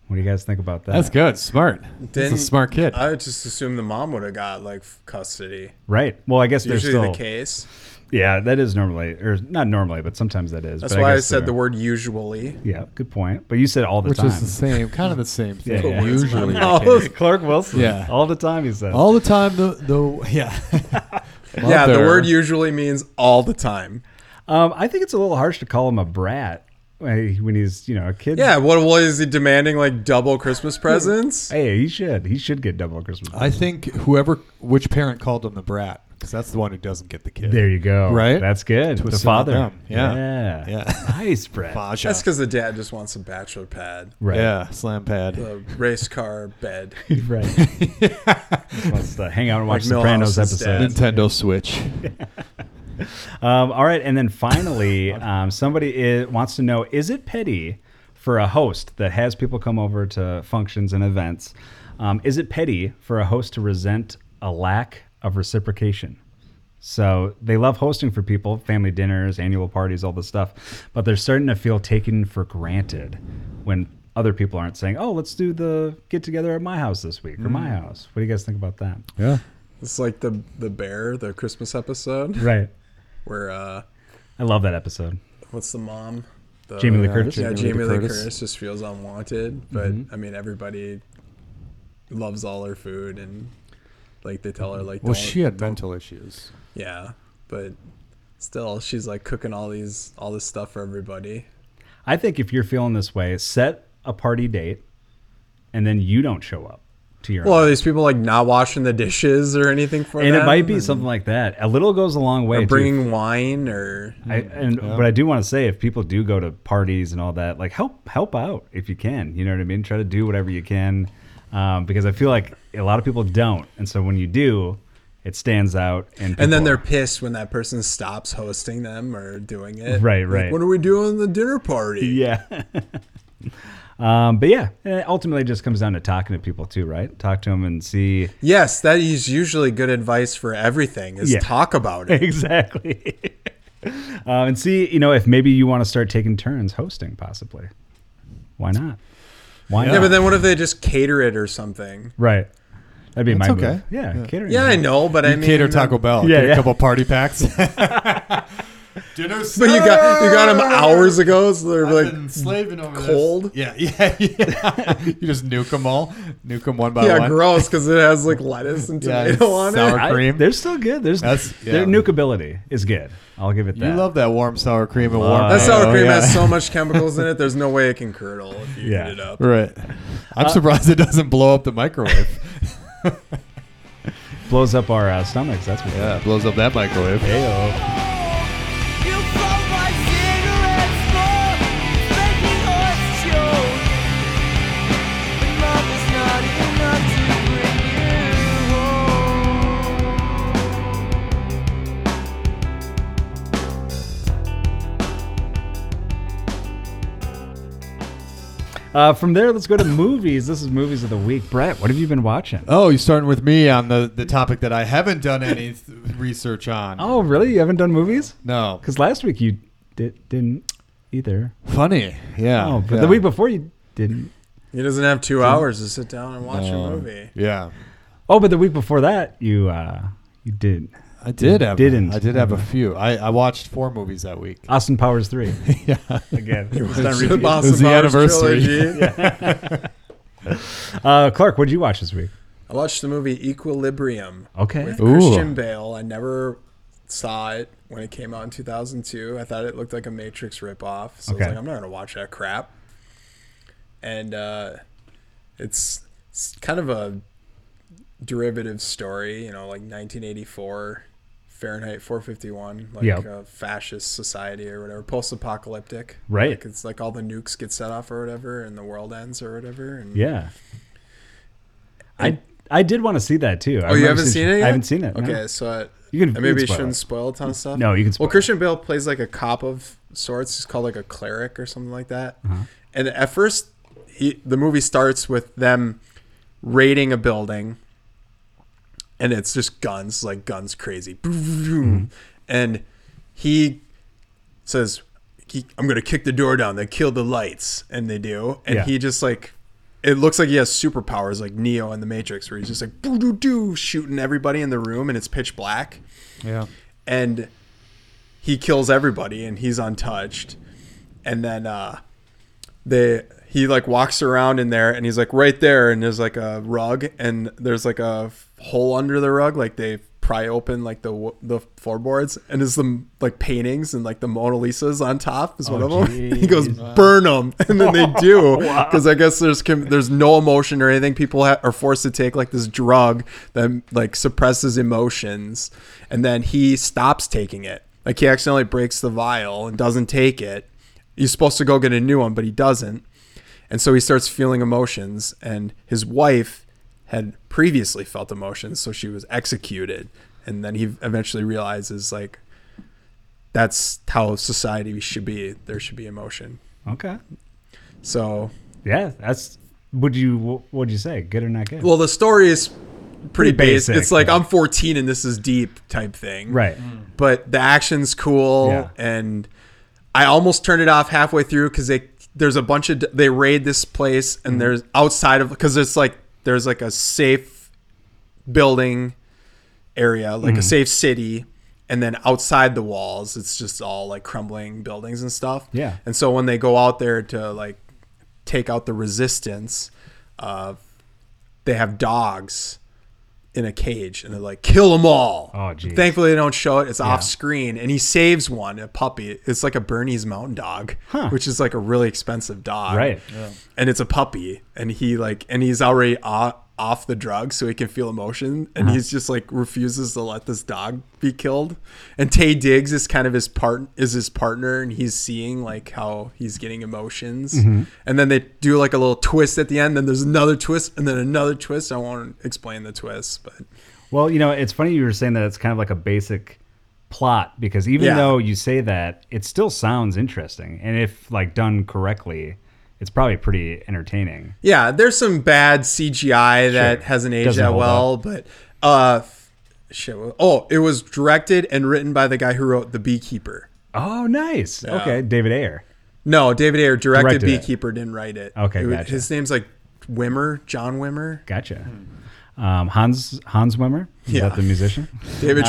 Speaker 2: What do you guys think about that?
Speaker 4: That's good. Smart. That's a
Speaker 3: Didn't-
Speaker 4: smart kid.
Speaker 3: I would just assume the mom would have got like f- custody.
Speaker 2: right. Well, I guess there's
Speaker 3: Usually
Speaker 2: still
Speaker 3: the case.
Speaker 2: yeah. That is normally or not normally, but sometimes that is.
Speaker 3: That's
Speaker 2: but
Speaker 3: why I,
Speaker 2: guess
Speaker 3: said
Speaker 2: there-
Speaker 3: the word usually.
Speaker 2: Yeah, good point. But you said all the
Speaker 4: which
Speaker 2: time.
Speaker 4: is the same, kind of the same thing.
Speaker 2: yeah.
Speaker 4: Usually,
Speaker 3: Oh,
Speaker 4: the case.
Speaker 2: Clark Wilson.
Speaker 4: Yeah.
Speaker 2: all the time he says.
Speaker 4: all the time. The the yeah.
Speaker 3: Yeah, the
Speaker 4: Mother.
Speaker 3: word usually means all the time.
Speaker 2: Um, I think it's a little harsh to call him a brat when he- when he's you know a kid.
Speaker 3: Yeah, what was he demanding? Like double Christmas presents?
Speaker 2: Hey, he should. He should get double Christmas.
Speaker 4: I think whoever, which parent called him the brat, because that's the one who doesn't get the kid.
Speaker 2: there you go.
Speaker 4: Right?
Speaker 2: That's good.
Speaker 4: To
Speaker 2: the
Speaker 4: assume
Speaker 2: father.
Speaker 4: them. Yeah.
Speaker 2: Yeah.
Speaker 4: Yeah.
Speaker 2: Nice, Brett.
Speaker 4: Baja.
Speaker 3: That's because the dad just wants a bachelor pad,
Speaker 2: Right.
Speaker 4: Yeah, slam pad.
Speaker 3: a race car bed.
Speaker 2: Right. Just Wants to hang out and watch
Speaker 3: Like
Speaker 2: Sopranos
Speaker 3: Milhouse's
Speaker 2: episodes.
Speaker 3: dad.
Speaker 4: Nintendo Switch.
Speaker 2: Um, all right, and then finally, um, somebody is, wants to know: Is it petty for a host that has people come over to functions and events? Um, is it petty for a host to resent a lack of reciprocation? So they love hosting for people, family dinners, annual parties, all this stuff. But they're starting to feel taken for granted when other people aren't saying, "Oh, let's do the get together at my house this week or my house." What do you guys think about that?
Speaker 6: Yeah.
Speaker 3: It's like the the bear, the Christmas episode
Speaker 2: Right.
Speaker 3: where uh
Speaker 2: I love that episode.
Speaker 3: what's the mom? The,
Speaker 2: Jamie Lee
Speaker 4: yeah,
Speaker 2: Curtis. Mm-hmm.
Speaker 3: Yeah,
Speaker 4: Jamie Lee
Speaker 3: Jamie Lee
Speaker 4: Curtis.
Speaker 3: Curtis. just feels unwanted, but I mean everybody loves all her food and like they tell her like
Speaker 4: Well,
Speaker 3: don't-
Speaker 4: she had mental issues.
Speaker 3: yeah, but still she's like cooking all these all this stuff for everybody.
Speaker 2: I think if you're feeling this way, set a party date, and then you don't show up to your.
Speaker 3: Well, are these people like not washing the dishes or anything for
Speaker 2: and
Speaker 3: them?
Speaker 2: it might be something like that. A little goes a long way.
Speaker 3: or
Speaker 2: too.
Speaker 3: bringing wine or
Speaker 2: I, and but I do want to say, if people do go to parties and all that, like help help out if you can. You know what I mean? Try to do whatever you can, um, because I feel like a lot of people don't, and so when you do, it stands out. And
Speaker 3: and then
Speaker 2: people-
Speaker 3: they're pissed when that person stops hosting them or doing it.
Speaker 2: Right,
Speaker 3: Like,
Speaker 2: right.
Speaker 3: What are we doing the dinner party?
Speaker 2: yeah. um, but yeah, and it ultimately just comes down to talking to people too, right? Talk to them and see
Speaker 3: Yes, that is usually good advice for everything. Is
Speaker 2: Yeah.
Speaker 3: talk about it.
Speaker 2: exactly. Uh, and see, you know, if maybe you want to start taking turns hosting, possibly. Why not? Why
Speaker 3: Yeah,
Speaker 2: not?
Speaker 3: but then what if they just cater it or something?
Speaker 2: right. That'd be
Speaker 4: That's
Speaker 2: my
Speaker 4: okay.
Speaker 2: move. Yeah,
Speaker 4: Yeah.
Speaker 2: catering.
Speaker 3: Yeah, I know, but I mean,
Speaker 4: Cater Taco Bell.
Speaker 2: Yeah,
Speaker 4: get
Speaker 2: yeah.
Speaker 4: a couple party packs. Dinner
Speaker 3: But you got you got them hours ago, so they're
Speaker 4: I've been
Speaker 3: like
Speaker 4: slaving over this.
Speaker 3: cold?
Speaker 4: Yeah, yeah, yeah. you just nuke them all. Nuke them one by
Speaker 3: yeah,
Speaker 4: one.
Speaker 3: gross because it has like lettuce and
Speaker 4: Yeah,
Speaker 3: tomato on
Speaker 4: sour
Speaker 3: it.
Speaker 2: I-
Speaker 4: cream.
Speaker 2: they're still good. There's
Speaker 4: That's-
Speaker 2: their
Speaker 4: yeah.
Speaker 2: nukeability is good. I'll give it that.
Speaker 4: You love that warm sour cream and warm.
Speaker 3: That sour
Speaker 4: mayo,
Speaker 3: cream
Speaker 4: yeah.
Speaker 3: has so much chemicals in it. There's no way it can curdle if you
Speaker 2: Yeah.
Speaker 3: eat it up.
Speaker 4: Right. I'm surprised it doesn't blow up the microwave.
Speaker 2: blows up our uh, stomachs. That's what.
Speaker 4: yeah, it blows up that microwave.
Speaker 2: Ayo.
Speaker 5: You broke my cigarette smoke, making horse choke. But love is not enough to bring you home.
Speaker 2: Uh, from there, let's go to movies. This is movies of the week. Brett, what have you been watching?
Speaker 4: Oh, you're starting with me on the, the topic that I haven't done any th- research on.
Speaker 2: Oh, really? You haven't done movies?
Speaker 4: No.
Speaker 2: Because last week you did, didn't either.
Speaker 4: Funny. Yeah.
Speaker 2: Oh, but
Speaker 4: yeah.
Speaker 2: the week before you didn't.
Speaker 3: He doesn't have two hours to sit down and watch
Speaker 4: Uh,
Speaker 3: a movie.
Speaker 4: Yeah.
Speaker 2: Oh, but the week before that you uh, you did
Speaker 4: I did have
Speaker 2: didn't. Mm.
Speaker 4: I did have a few. I, I watched four movies that week.
Speaker 2: Austin Powers three.
Speaker 4: yeah.
Speaker 2: Again,
Speaker 3: the Boston
Speaker 4: It was the
Speaker 3: Powers
Speaker 4: anniversary.
Speaker 3: trilogy.
Speaker 2: uh, Clark, what did you watch this week?
Speaker 3: I watched the movie Equilibrium.
Speaker 2: Okay.
Speaker 3: With
Speaker 4: Ooh.
Speaker 3: Christian Bale. I never saw it when it came out in 2002. I thought it looked like a Matrix ripoff. So
Speaker 2: Okay.
Speaker 3: I was like, I'm not going to watch that crap. And uh, it's, it's kind of a derivative story, you know, like 1984, Fahrenheit 451, like
Speaker 2: Yep.
Speaker 3: a fascist society or whatever, post apocalyptic.
Speaker 2: Right.
Speaker 3: Like it's like all the nukes get set off or whatever and the world ends or whatever. And
Speaker 2: Yeah. I I did want to see that too.
Speaker 3: Oh, you haven't seen it? Yet?
Speaker 2: I haven't seen it. no.
Speaker 3: Okay, so I,
Speaker 2: You can-
Speaker 3: I
Speaker 2: you can
Speaker 3: maybe
Speaker 2: spoil
Speaker 3: shouldn't
Speaker 2: it.
Speaker 3: spoil a ton of stuff.
Speaker 2: No, you can spoil
Speaker 3: Well, Christian Bale plays like a cop of sorts. He's called like a cleric or something like that.
Speaker 2: Uh-huh.
Speaker 3: And at first, he, the movie starts with them raiding a building, and it's just guns, like guns crazy, and he says, he, "I'm gonna kick the door down." They kill the lights, and they do, and
Speaker 2: Yeah.
Speaker 3: he just like it looks like he has superpowers like Neo in the Matrix, where he's just like doo doo doo shooting everybody in the room, and it's pitch black,
Speaker 4: Yeah.
Speaker 3: and he kills everybody, and he's untouched, and then uh, they he like walks around in there, and he's like right there, and there's like a rug, and there's like a hole under the rug, like they pry open like the w- the floorboards, and there's some like paintings and like the Mona Lisa's on top is one of them. he goes burn them, and then they do because I guess there's com- there's no emotion or anything. People ha- are forced to take like this drug that like suppresses emotions, and then he stops taking it. Like he accidentally breaks the vial and doesn't take it. He's supposed to go get a new one, but he doesn't. And so he starts feeling emotions, and his wife had previously felt emotions, so she was executed. And then he eventually realizes, like, that's how society should be. There should be emotion.
Speaker 2: Okay.
Speaker 3: So,
Speaker 2: Yeah, that's. Would you? Would you say good or not good?
Speaker 3: well, the story is pretty basic.
Speaker 2: basic,
Speaker 3: It's like
Speaker 2: yeah.
Speaker 3: I'm 14 and this is deep type thing.
Speaker 2: Right.
Speaker 3: But the action's cool,
Speaker 2: Yeah.
Speaker 3: and I almost turned it off halfway through because they there's a bunch of they raid this place
Speaker 2: Mm-hmm.
Speaker 3: and there's outside of because it's like there's like a safe building area, like
Speaker 2: Mm-hmm.
Speaker 3: a safe city. And then outside the walls, it's just all like crumbling buildings and stuff.
Speaker 2: Yeah.
Speaker 3: And so when they go out there to like take out the resistance, uh, they have dogs in a cage and they're like, kill them all.
Speaker 2: Oh, geez.
Speaker 3: Thankfully, they don't show it. It's off screen. And he saves one, a puppy. It's like a Bernese mountain dog,
Speaker 2: Huh.
Speaker 3: which is like a really expensive dog.
Speaker 2: Right.
Speaker 3: And it's a puppy. And he like, and he's already o- off the drug so he can feel emotion. And
Speaker 2: Uh-huh.
Speaker 3: he's just like refuses to let this dog be killed. And Tay Diggs is kind of his part, is his partner. And he's seeing like how he's getting emotions.
Speaker 2: Mm-hmm.
Speaker 3: And then they do like a little twist at the end. Then there's another twist and then another twist. I won't explain the twist, but
Speaker 2: Well, you know, it's funny you were saying that it's kind of like a basic plot because even
Speaker 3: Yeah.
Speaker 2: though you say that, it still sounds interesting. And if like done correctly, it's probably pretty entertaining.
Speaker 3: Yeah, there's some bad CGI that
Speaker 2: Sure.
Speaker 3: hasn't aged
Speaker 2: Doesn't
Speaker 3: that
Speaker 2: hold
Speaker 3: well, but uh, f- shit. what- Oh, it was directed and written by the guy who wrote The Beekeeper.
Speaker 2: Oh, nice. Okay, David Ayer.
Speaker 3: No, David Ayer directed,
Speaker 2: Directed it.
Speaker 3: Beekeeper, didn't write it.
Speaker 2: Okay,
Speaker 3: It was-
Speaker 2: gotcha.
Speaker 3: his name's like Wimmer, John Wimmer,
Speaker 2: Gotcha. Um, Hans Hans Wimmer, is
Speaker 3: Yeah.
Speaker 2: that the musician?
Speaker 3: David
Speaker 2: Ah.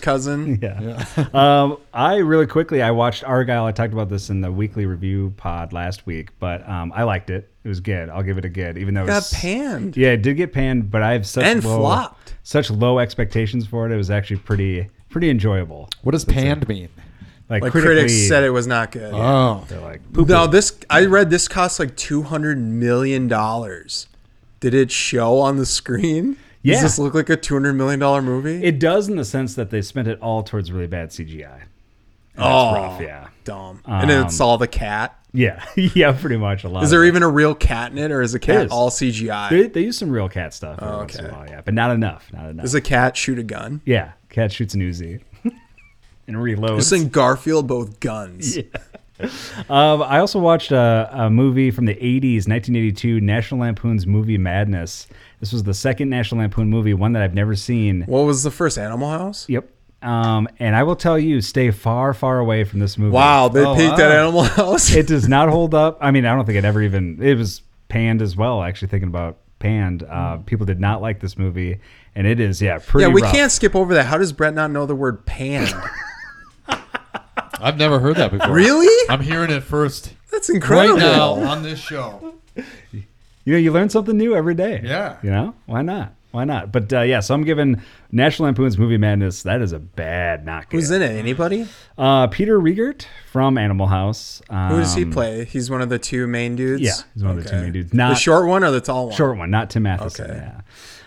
Speaker 3: cousin.
Speaker 2: Yeah. um, I really quickly I watched Argyle. I talked about this in the weekly review pod last week, but um, I liked it. It was good. I'll give it a good, even though it
Speaker 3: Got
Speaker 2: was-
Speaker 3: panned.
Speaker 2: Yeah, it did get panned, but I have such
Speaker 3: And
Speaker 2: low,
Speaker 3: flopped.
Speaker 2: such low expectations for it. It was actually pretty pretty enjoyable.
Speaker 4: What does panned mean?
Speaker 3: Like critics said it was not good.
Speaker 4: Oh,
Speaker 2: They're like poop.
Speaker 3: No, this I read this cost like two hundred million dollars. Did it show on the screen?
Speaker 2: Yeah.
Speaker 3: Does this look like a two hundred million dollar movie?
Speaker 2: It does in the sense that they spent it all towards really bad CGI.
Speaker 3: oh,
Speaker 2: rough, yeah.
Speaker 3: dumb. and it's
Speaker 2: Um,
Speaker 3: all the cat.
Speaker 2: Yeah, yeah, pretty much a lot.
Speaker 3: Is
Speaker 2: of
Speaker 3: there
Speaker 2: it.
Speaker 3: even a real cat in it, or is a cat
Speaker 2: is.
Speaker 3: all CGI?
Speaker 2: They, they use some real cat stuff. every once in a
Speaker 3: Oh, okay.
Speaker 2: while, yeah, but not enough. Not enough.
Speaker 3: Does a cat shoot a gun?
Speaker 2: yeah, cat shoots an Uzi and reloads.
Speaker 3: Just in Garfield, both guns.
Speaker 2: Um, I also watched a, a movie from the 80s, 1982, National Lampoon's Movie Madness. This was the second National Lampoon movie, one that I've never seen.
Speaker 3: What was the first Animal House?
Speaker 2: Yep. Um, and I will tell you, stay far, far away from this movie. Uh,
Speaker 3: Wow, they
Speaker 4: Oh,
Speaker 3: peaked at
Speaker 4: wow.
Speaker 3: Animal House.
Speaker 2: It does not hold up. I mean, I don't think it ever even, it was panned as well, actually, thinking about panned. Uh, people did not like this movie. And it is, yeah, pretty
Speaker 3: Hmm. yeah, we
Speaker 2: rough.
Speaker 3: can't skip over that. How does Brett not know the word pan?
Speaker 4: I've never heard that before.
Speaker 3: really?
Speaker 4: I'm hearing it first
Speaker 3: That's
Speaker 4: right
Speaker 3: incredible.
Speaker 4: now on this show.
Speaker 2: you know, you learn something new every day.
Speaker 4: Yeah.
Speaker 2: You know, why not? Why not? But uh, yeah, so I'm giving National Lampoon's Movie Madness. That is a bad knockout.
Speaker 3: Who's in it? Anybody?
Speaker 2: Uh, Peter Riegert from Animal House. Um,
Speaker 3: Who does he play? He's one of the two main dudes.
Speaker 2: Yeah, he's one of the two
Speaker 3: Okay.
Speaker 2: main dudes.
Speaker 3: The
Speaker 2: Not
Speaker 3: short one or the tall one?
Speaker 2: short one, not Tim Matheson.
Speaker 3: Okay.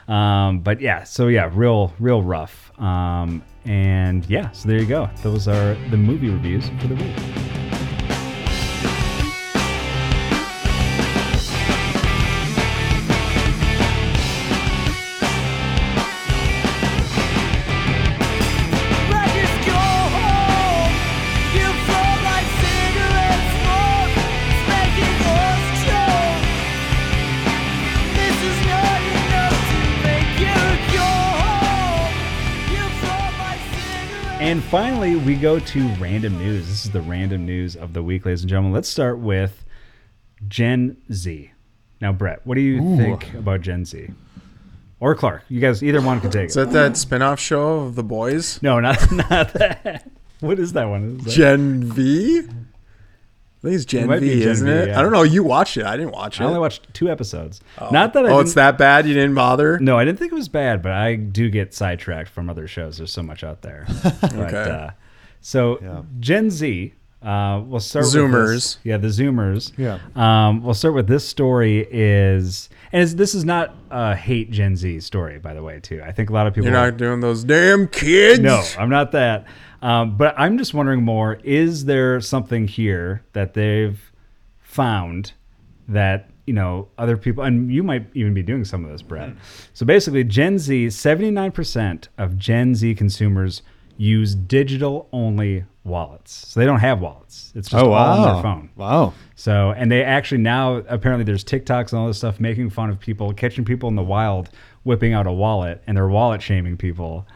Speaker 2: Yeah. Um, but yeah, so yeah, real, real rough. Um, and yeah, so there you go. Those are the movie reviews for the week.
Speaker 5: Let us go home. You flow like cigarette smoke, it's making us choke. This is not enough to make you go home. You flow like cigarette.
Speaker 2: And finally, we go to random news. This is the random news of the week, ladies and gentlemen. Let's start with Gen Z. Now, Brett, what do you think about Gen Z? Or Clark? You guys, either one can take
Speaker 3: Is
Speaker 2: it.
Speaker 3: that that spin-off show of The Boys?
Speaker 2: No, not not that. What is that one? Is that-
Speaker 3: Gen V? I think it's Gen
Speaker 2: might be
Speaker 3: V,
Speaker 2: Gen
Speaker 3: isn't
Speaker 2: V,
Speaker 3: it?
Speaker 2: yeah.
Speaker 3: I don't know. You watched it. I didn't watch it.
Speaker 2: I only watched two episodes. Not that I.
Speaker 3: oh, it's
Speaker 2: didn't-
Speaker 3: that bad? You didn't bother?
Speaker 2: No, I didn't think it was bad, but I do get sidetracked from other shows. There's so much out there. But,
Speaker 3: Okay.
Speaker 2: uh, so Gen Z. Uh, we'll start With
Speaker 3: Zoomers.
Speaker 2: this. Yeah, the Zoomers.
Speaker 4: Yeah.
Speaker 2: Um, we'll start with this story is, and it's, this is not a hate Gen Z story, by the way, too. I think a lot of people
Speaker 3: You're not doing those damn kids.
Speaker 2: no, I'm not that. Um, but I'm just wondering more. Is there something here that they've found that you know other people, and you might even be doing
Speaker 4: Mm-hmm.
Speaker 2: some of this, Brett. So basically, Gen Z, 79% of Gen Z consumers use digital only wallets. So they don't have wallets. It's just all
Speaker 4: Oh
Speaker 2: on
Speaker 4: wow!
Speaker 2: their phone.
Speaker 4: Wow.
Speaker 2: So, and they actually now apparently there's TikToks and all this stuff making fun of people, catching people in the wild whipping out a wallet and they're wallet shaming people.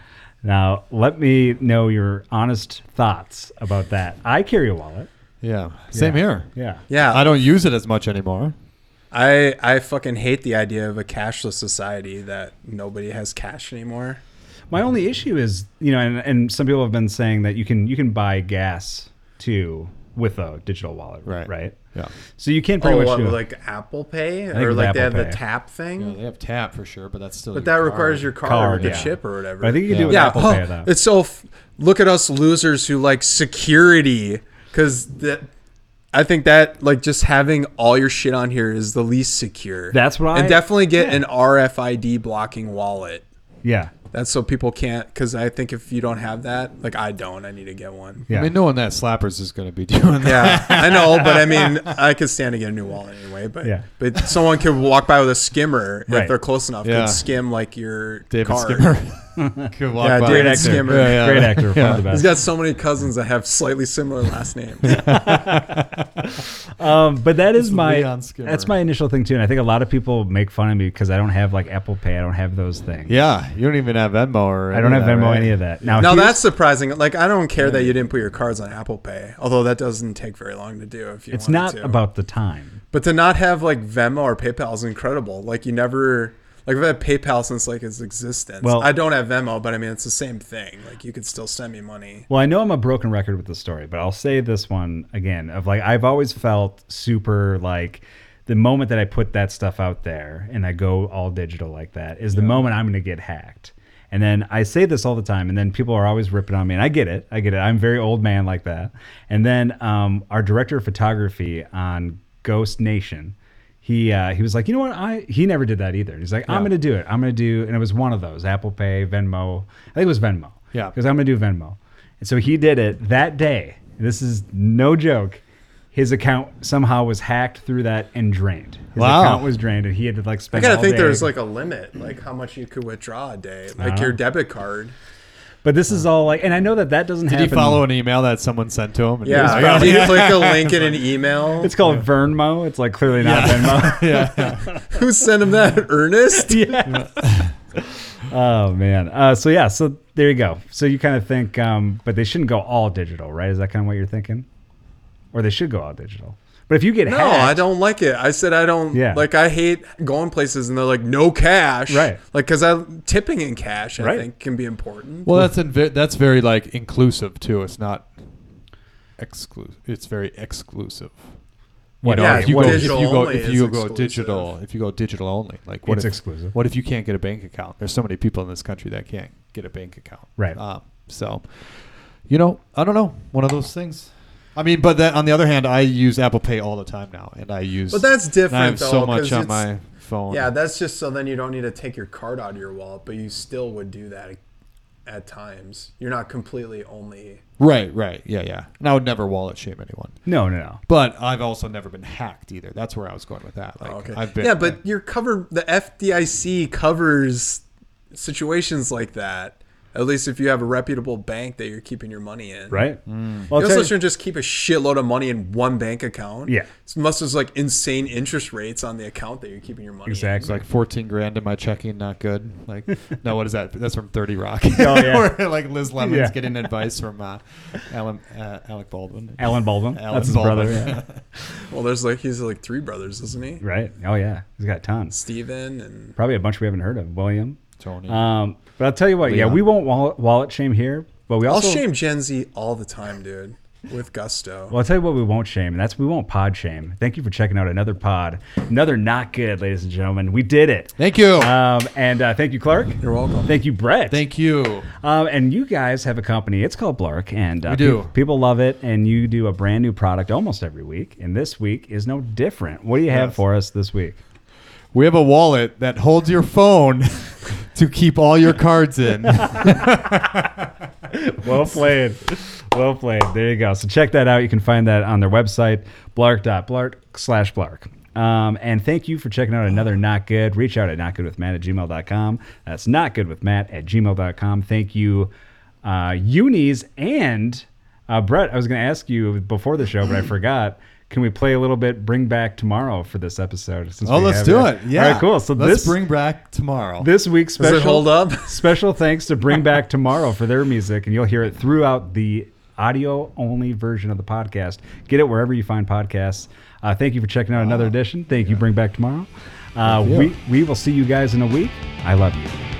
Speaker 2: Now, let me know your honest thoughts about that. I carry a wallet.
Speaker 4: Yeah. Same here.
Speaker 2: Yeah.
Speaker 3: Yeah,
Speaker 4: I don't use it as much anymore.
Speaker 3: I I fucking hate the idea of a cashless society that nobody has cash anymore.
Speaker 2: My only issue is, you know, and, and some people have been saying that you can you can buy gas too with a digital wallet,
Speaker 4: Right.
Speaker 2: Right.
Speaker 4: Yeah.
Speaker 2: So you can't pretty
Speaker 3: oh,
Speaker 2: much
Speaker 3: what,
Speaker 2: do
Speaker 3: like Apple Pay
Speaker 2: it
Speaker 3: or
Speaker 2: was
Speaker 3: like they have
Speaker 2: Apple Pay.
Speaker 3: the tap thing,
Speaker 4: they have tap for sure, but that's still.
Speaker 3: but that requires your card,
Speaker 2: Card,
Speaker 3: or the
Speaker 2: yeah.
Speaker 3: chip or whatever.
Speaker 2: But I think you can do it with
Speaker 3: yeah,
Speaker 2: Apple
Speaker 3: oh,
Speaker 2: Pay though.
Speaker 3: it's so. F- look at us losers who like security because that. I think that like just having all your shit on here is the least secure.
Speaker 2: That's what I-
Speaker 3: and definitely get
Speaker 2: yeah.
Speaker 3: an RFID blocking wallet.
Speaker 2: yeah.
Speaker 3: That's so people can't because I think if you don't have that, like I don't, I need to get one.
Speaker 2: Yeah.
Speaker 4: I mean, knowing that slappers is going to be doing that.
Speaker 3: Yeah, I know, but I mean, I could stand to get a new wallet anyway. But
Speaker 2: Yeah.
Speaker 3: but someone could walk by with a skimmer
Speaker 2: Right.
Speaker 3: if they're close enough.
Speaker 4: Yeah.
Speaker 3: Could skim like your
Speaker 4: David
Speaker 3: card.
Speaker 4: Skimmer. Could walk
Speaker 3: Yeah,
Speaker 4: by
Speaker 3: David
Speaker 4: and-
Speaker 3: Skimmer.
Speaker 2: Great actor, one of the best.
Speaker 3: He's got so many cousins that have slightly similar last names.
Speaker 2: Um, but that is
Speaker 4: is
Speaker 2: my
Speaker 4: Leon Skinner.
Speaker 2: that's my initial thing too, and I think a lot of people make fun of me because I don't have like Apple Pay, I don't have those things.
Speaker 4: Yeah, you don't even have Venmo or.
Speaker 2: I don't have Venmo any of
Speaker 4: that.
Speaker 2: that. Now,
Speaker 3: Now
Speaker 2: here's-
Speaker 3: that's surprising. Like I don't care that you didn't put your cards on Apple Pay, although that doesn't take very long to do if you.
Speaker 2: it's
Speaker 3: wanted
Speaker 2: not
Speaker 3: to.
Speaker 2: about the time.
Speaker 3: But to not have like Venmo or PayPal is incredible. Like you never. Like I've had PayPal since like its existence.
Speaker 2: Well-
Speaker 3: I don't have Venmo, but I mean it's the same thing. Like you could still send me money.
Speaker 2: Well, I know I'm a broken record with the story, but I'll say this one again of like I've always felt super like the moment that I put that stuff out there and I go all digital like that is the moment I'm going to get hacked. And then I say this all the time, and then people are always ripping on me, and I get it, I get it. I'm a very old man like that. And then um, our director of photography on Ghost Nation, he uh, he was like, you know what? I he never did that either. He's like, I'm gonna do it. I'm gonna do, and it was one of those Apple Pay, Venmo. I think it was Venmo.
Speaker 4: Yeah.
Speaker 2: because I'm gonna do Venmo, and so he did it that day. This is no joke. His account somehow was hacked through that and drained. His
Speaker 4: Wow.
Speaker 2: account was drained, and he had to like
Speaker 3: I
Speaker 2: spend.
Speaker 3: gotta
Speaker 2: all
Speaker 3: think
Speaker 2: day-
Speaker 3: there's like a limit, like how much you could withdraw a day, like your debit card.
Speaker 2: But this is all like, and I know that that doesn't
Speaker 4: Did
Speaker 2: happen.
Speaker 4: he follow an email that someone sent to him? and he
Speaker 3: Yeah,
Speaker 4: was
Speaker 3: you
Speaker 4: probably-
Speaker 3: click a link in an email.
Speaker 2: It's called Vernmo. It's like clearly not Venmo.
Speaker 3: Who sent him that? Ernest.
Speaker 2: yeah. oh man. Uh, so yeah. So there you go. So you kind of think, um, but they shouldn't go all digital, right? Is that kind of what you're thinking? Or they should go all digital. But if you get
Speaker 3: No,
Speaker 2: hacked,
Speaker 3: I don't like it. I said I don't.
Speaker 2: Yeah.
Speaker 3: Like I hate going places and they're like no cash.
Speaker 2: Right.
Speaker 3: Like because I tipping in cash I
Speaker 2: Right.
Speaker 3: think can be important.
Speaker 4: Well, that's inv- that's very like inclusive too. It's not exclusive. It's very exclusive.
Speaker 2: What,
Speaker 4: you know,
Speaker 2: yeah,
Speaker 4: if you
Speaker 2: what
Speaker 4: go, if you
Speaker 3: digital
Speaker 4: go,
Speaker 3: only
Speaker 4: if
Speaker 3: is
Speaker 4: you go
Speaker 3: exclusive.
Speaker 4: digital, if you go digital only, like what
Speaker 2: It's
Speaker 4: if,
Speaker 2: exclusive.
Speaker 4: What if you can't get a bank account? There's so many people in this country that can't get a bank account.
Speaker 2: Right.
Speaker 4: Um, so, you know, I don't know. One of those things. I mean, but that, on the other hand, I use Apple Pay all the time now, and I use.
Speaker 3: But that's
Speaker 4: and
Speaker 3: different,
Speaker 4: I have so
Speaker 3: though,
Speaker 4: much
Speaker 3: 'cause
Speaker 4: on
Speaker 3: it's-
Speaker 4: my phone.
Speaker 3: yeah, that's just so then you don't need to take your card out of your wallet, but you still would do that at times. You're not completely only.
Speaker 4: right, right, yeah, yeah. And I would never wallet shame anyone.
Speaker 2: No, no, no.
Speaker 4: But I've also never been hacked either. That's where I was going with that.
Speaker 2: Oh,
Speaker 4: Like,
Speaker 3: Okay.
Speaker 4: I've been,
Speaker 3: yeah, but you're covered. The FDIC covers situations like that. At least if you have a reputable bank that you're keeping your money in,
Speaker 2: Right.
Speaker 4: Mm.
Speaker 2: Well, I'll tell
Speaker 3: You also
Speaker 2: you-
Speaker 3: shouldn't just keep a shitload of money in one bank account.
Speaker 2: Yeah.
Speaker 3: unless there's like insane interest rates on the account that you're keeping your money. in.
Speaker 4: It's
Speaker 2: exactly.
Speaker 4: like 14 grand in my checking, not good. Like, no, what is that? That's from 30 Rock.
Speaker 2: Oh, yeah.
Speaker 4: Where, like Liz Lemon's
Speaker 2: Yeah.
Speaker 4: getting advice from uh, Alan, uh, Alec Baldwin.
Speaker 2: Alan Baldwin.
Speaker 4: Alan
Speaker 2: That's his
Speaker 4: Baldwin.
Speaker 2: brother. yeah.
Speaker 3: Well, there's like he's like three brothers, isn't he?
Speaker 2: right. Oh yeah. He's got tons.
Speaker 3: Steven and
Speaker 2: Probably a bunch we haven't heard of. William.
Speaker 4: Tony.
Speaker 2: Um, but I'll tell you what. Yeah,
Speaker 4: Leon.
Speaker 2: we won't wallet, wallet shame here, but we
Speaker 3: I'll
Speaker 2: also
Speaker 3: shame Gen Z all the time, dude, with gusto.
Speaker 2: Well, I'll tell you what we won't shame, and that's we won't pod shame. Thank you for checking out another pod, another not good, ladies and gentlemen. We did it.
Speaker 4: Thank you.
Speaker 2: Um, and uh, thank you, Clark.
Speaker 3: You're welcome.
Speaker 2: Thank you, Brett.
Speaker 4: Thank you.
Speaker 2: Um, and you guys have a company. It's called Blark, and uh,
Speaker 4: We do.
Speaker 2: pe- people love it. And you do a brand new product almost every week, and this week is no different. What do you have
Speaker 4: Yes.
Speaker 2: for us this week?
Speaker 4: We have a wallet that holds your phone to keep all your cards in.
Speaker 2: Well played. well played. There you go. So check that out. You can find that on their website, blark.blark slash blark. Um, and thank you for checking out another Not Good. Reach out at notgoodwithmatt at gmail.com. That's notgoodwithmatt at gmail.com. Thank you, uh, unis, and uh, Brett. I was going to ask you before the show, but I forgot. Can we play a little bit "Bring Back Tomorrow" for this episode? Since
Speaker 4: Oh,
Speaker 2: we
Speaker 4: let's
Speaker 2: have
Speaker 4: do it. Yeah.
Speaker 2: All right, cool. So
Speaker 4: let's
Speaker 2: this
Speaker 4: bring back tomorrow.
Speaker 2: this week's
Speaker 3: Does
Speaker 2: special
Speaker 3: it hold up?
Speaker 2: Special thanks to Bring Back Tomorrow for their music, and you'll hear it throughout the audio only version of the podcast. Get it wherever you find podcasts. Uh, thank you for checking out another edition. Thank you, Bring Back Tomorrow. Uh,
Speaker 4: you.
Speaker 2: we, we will see you guys in a week. I love you.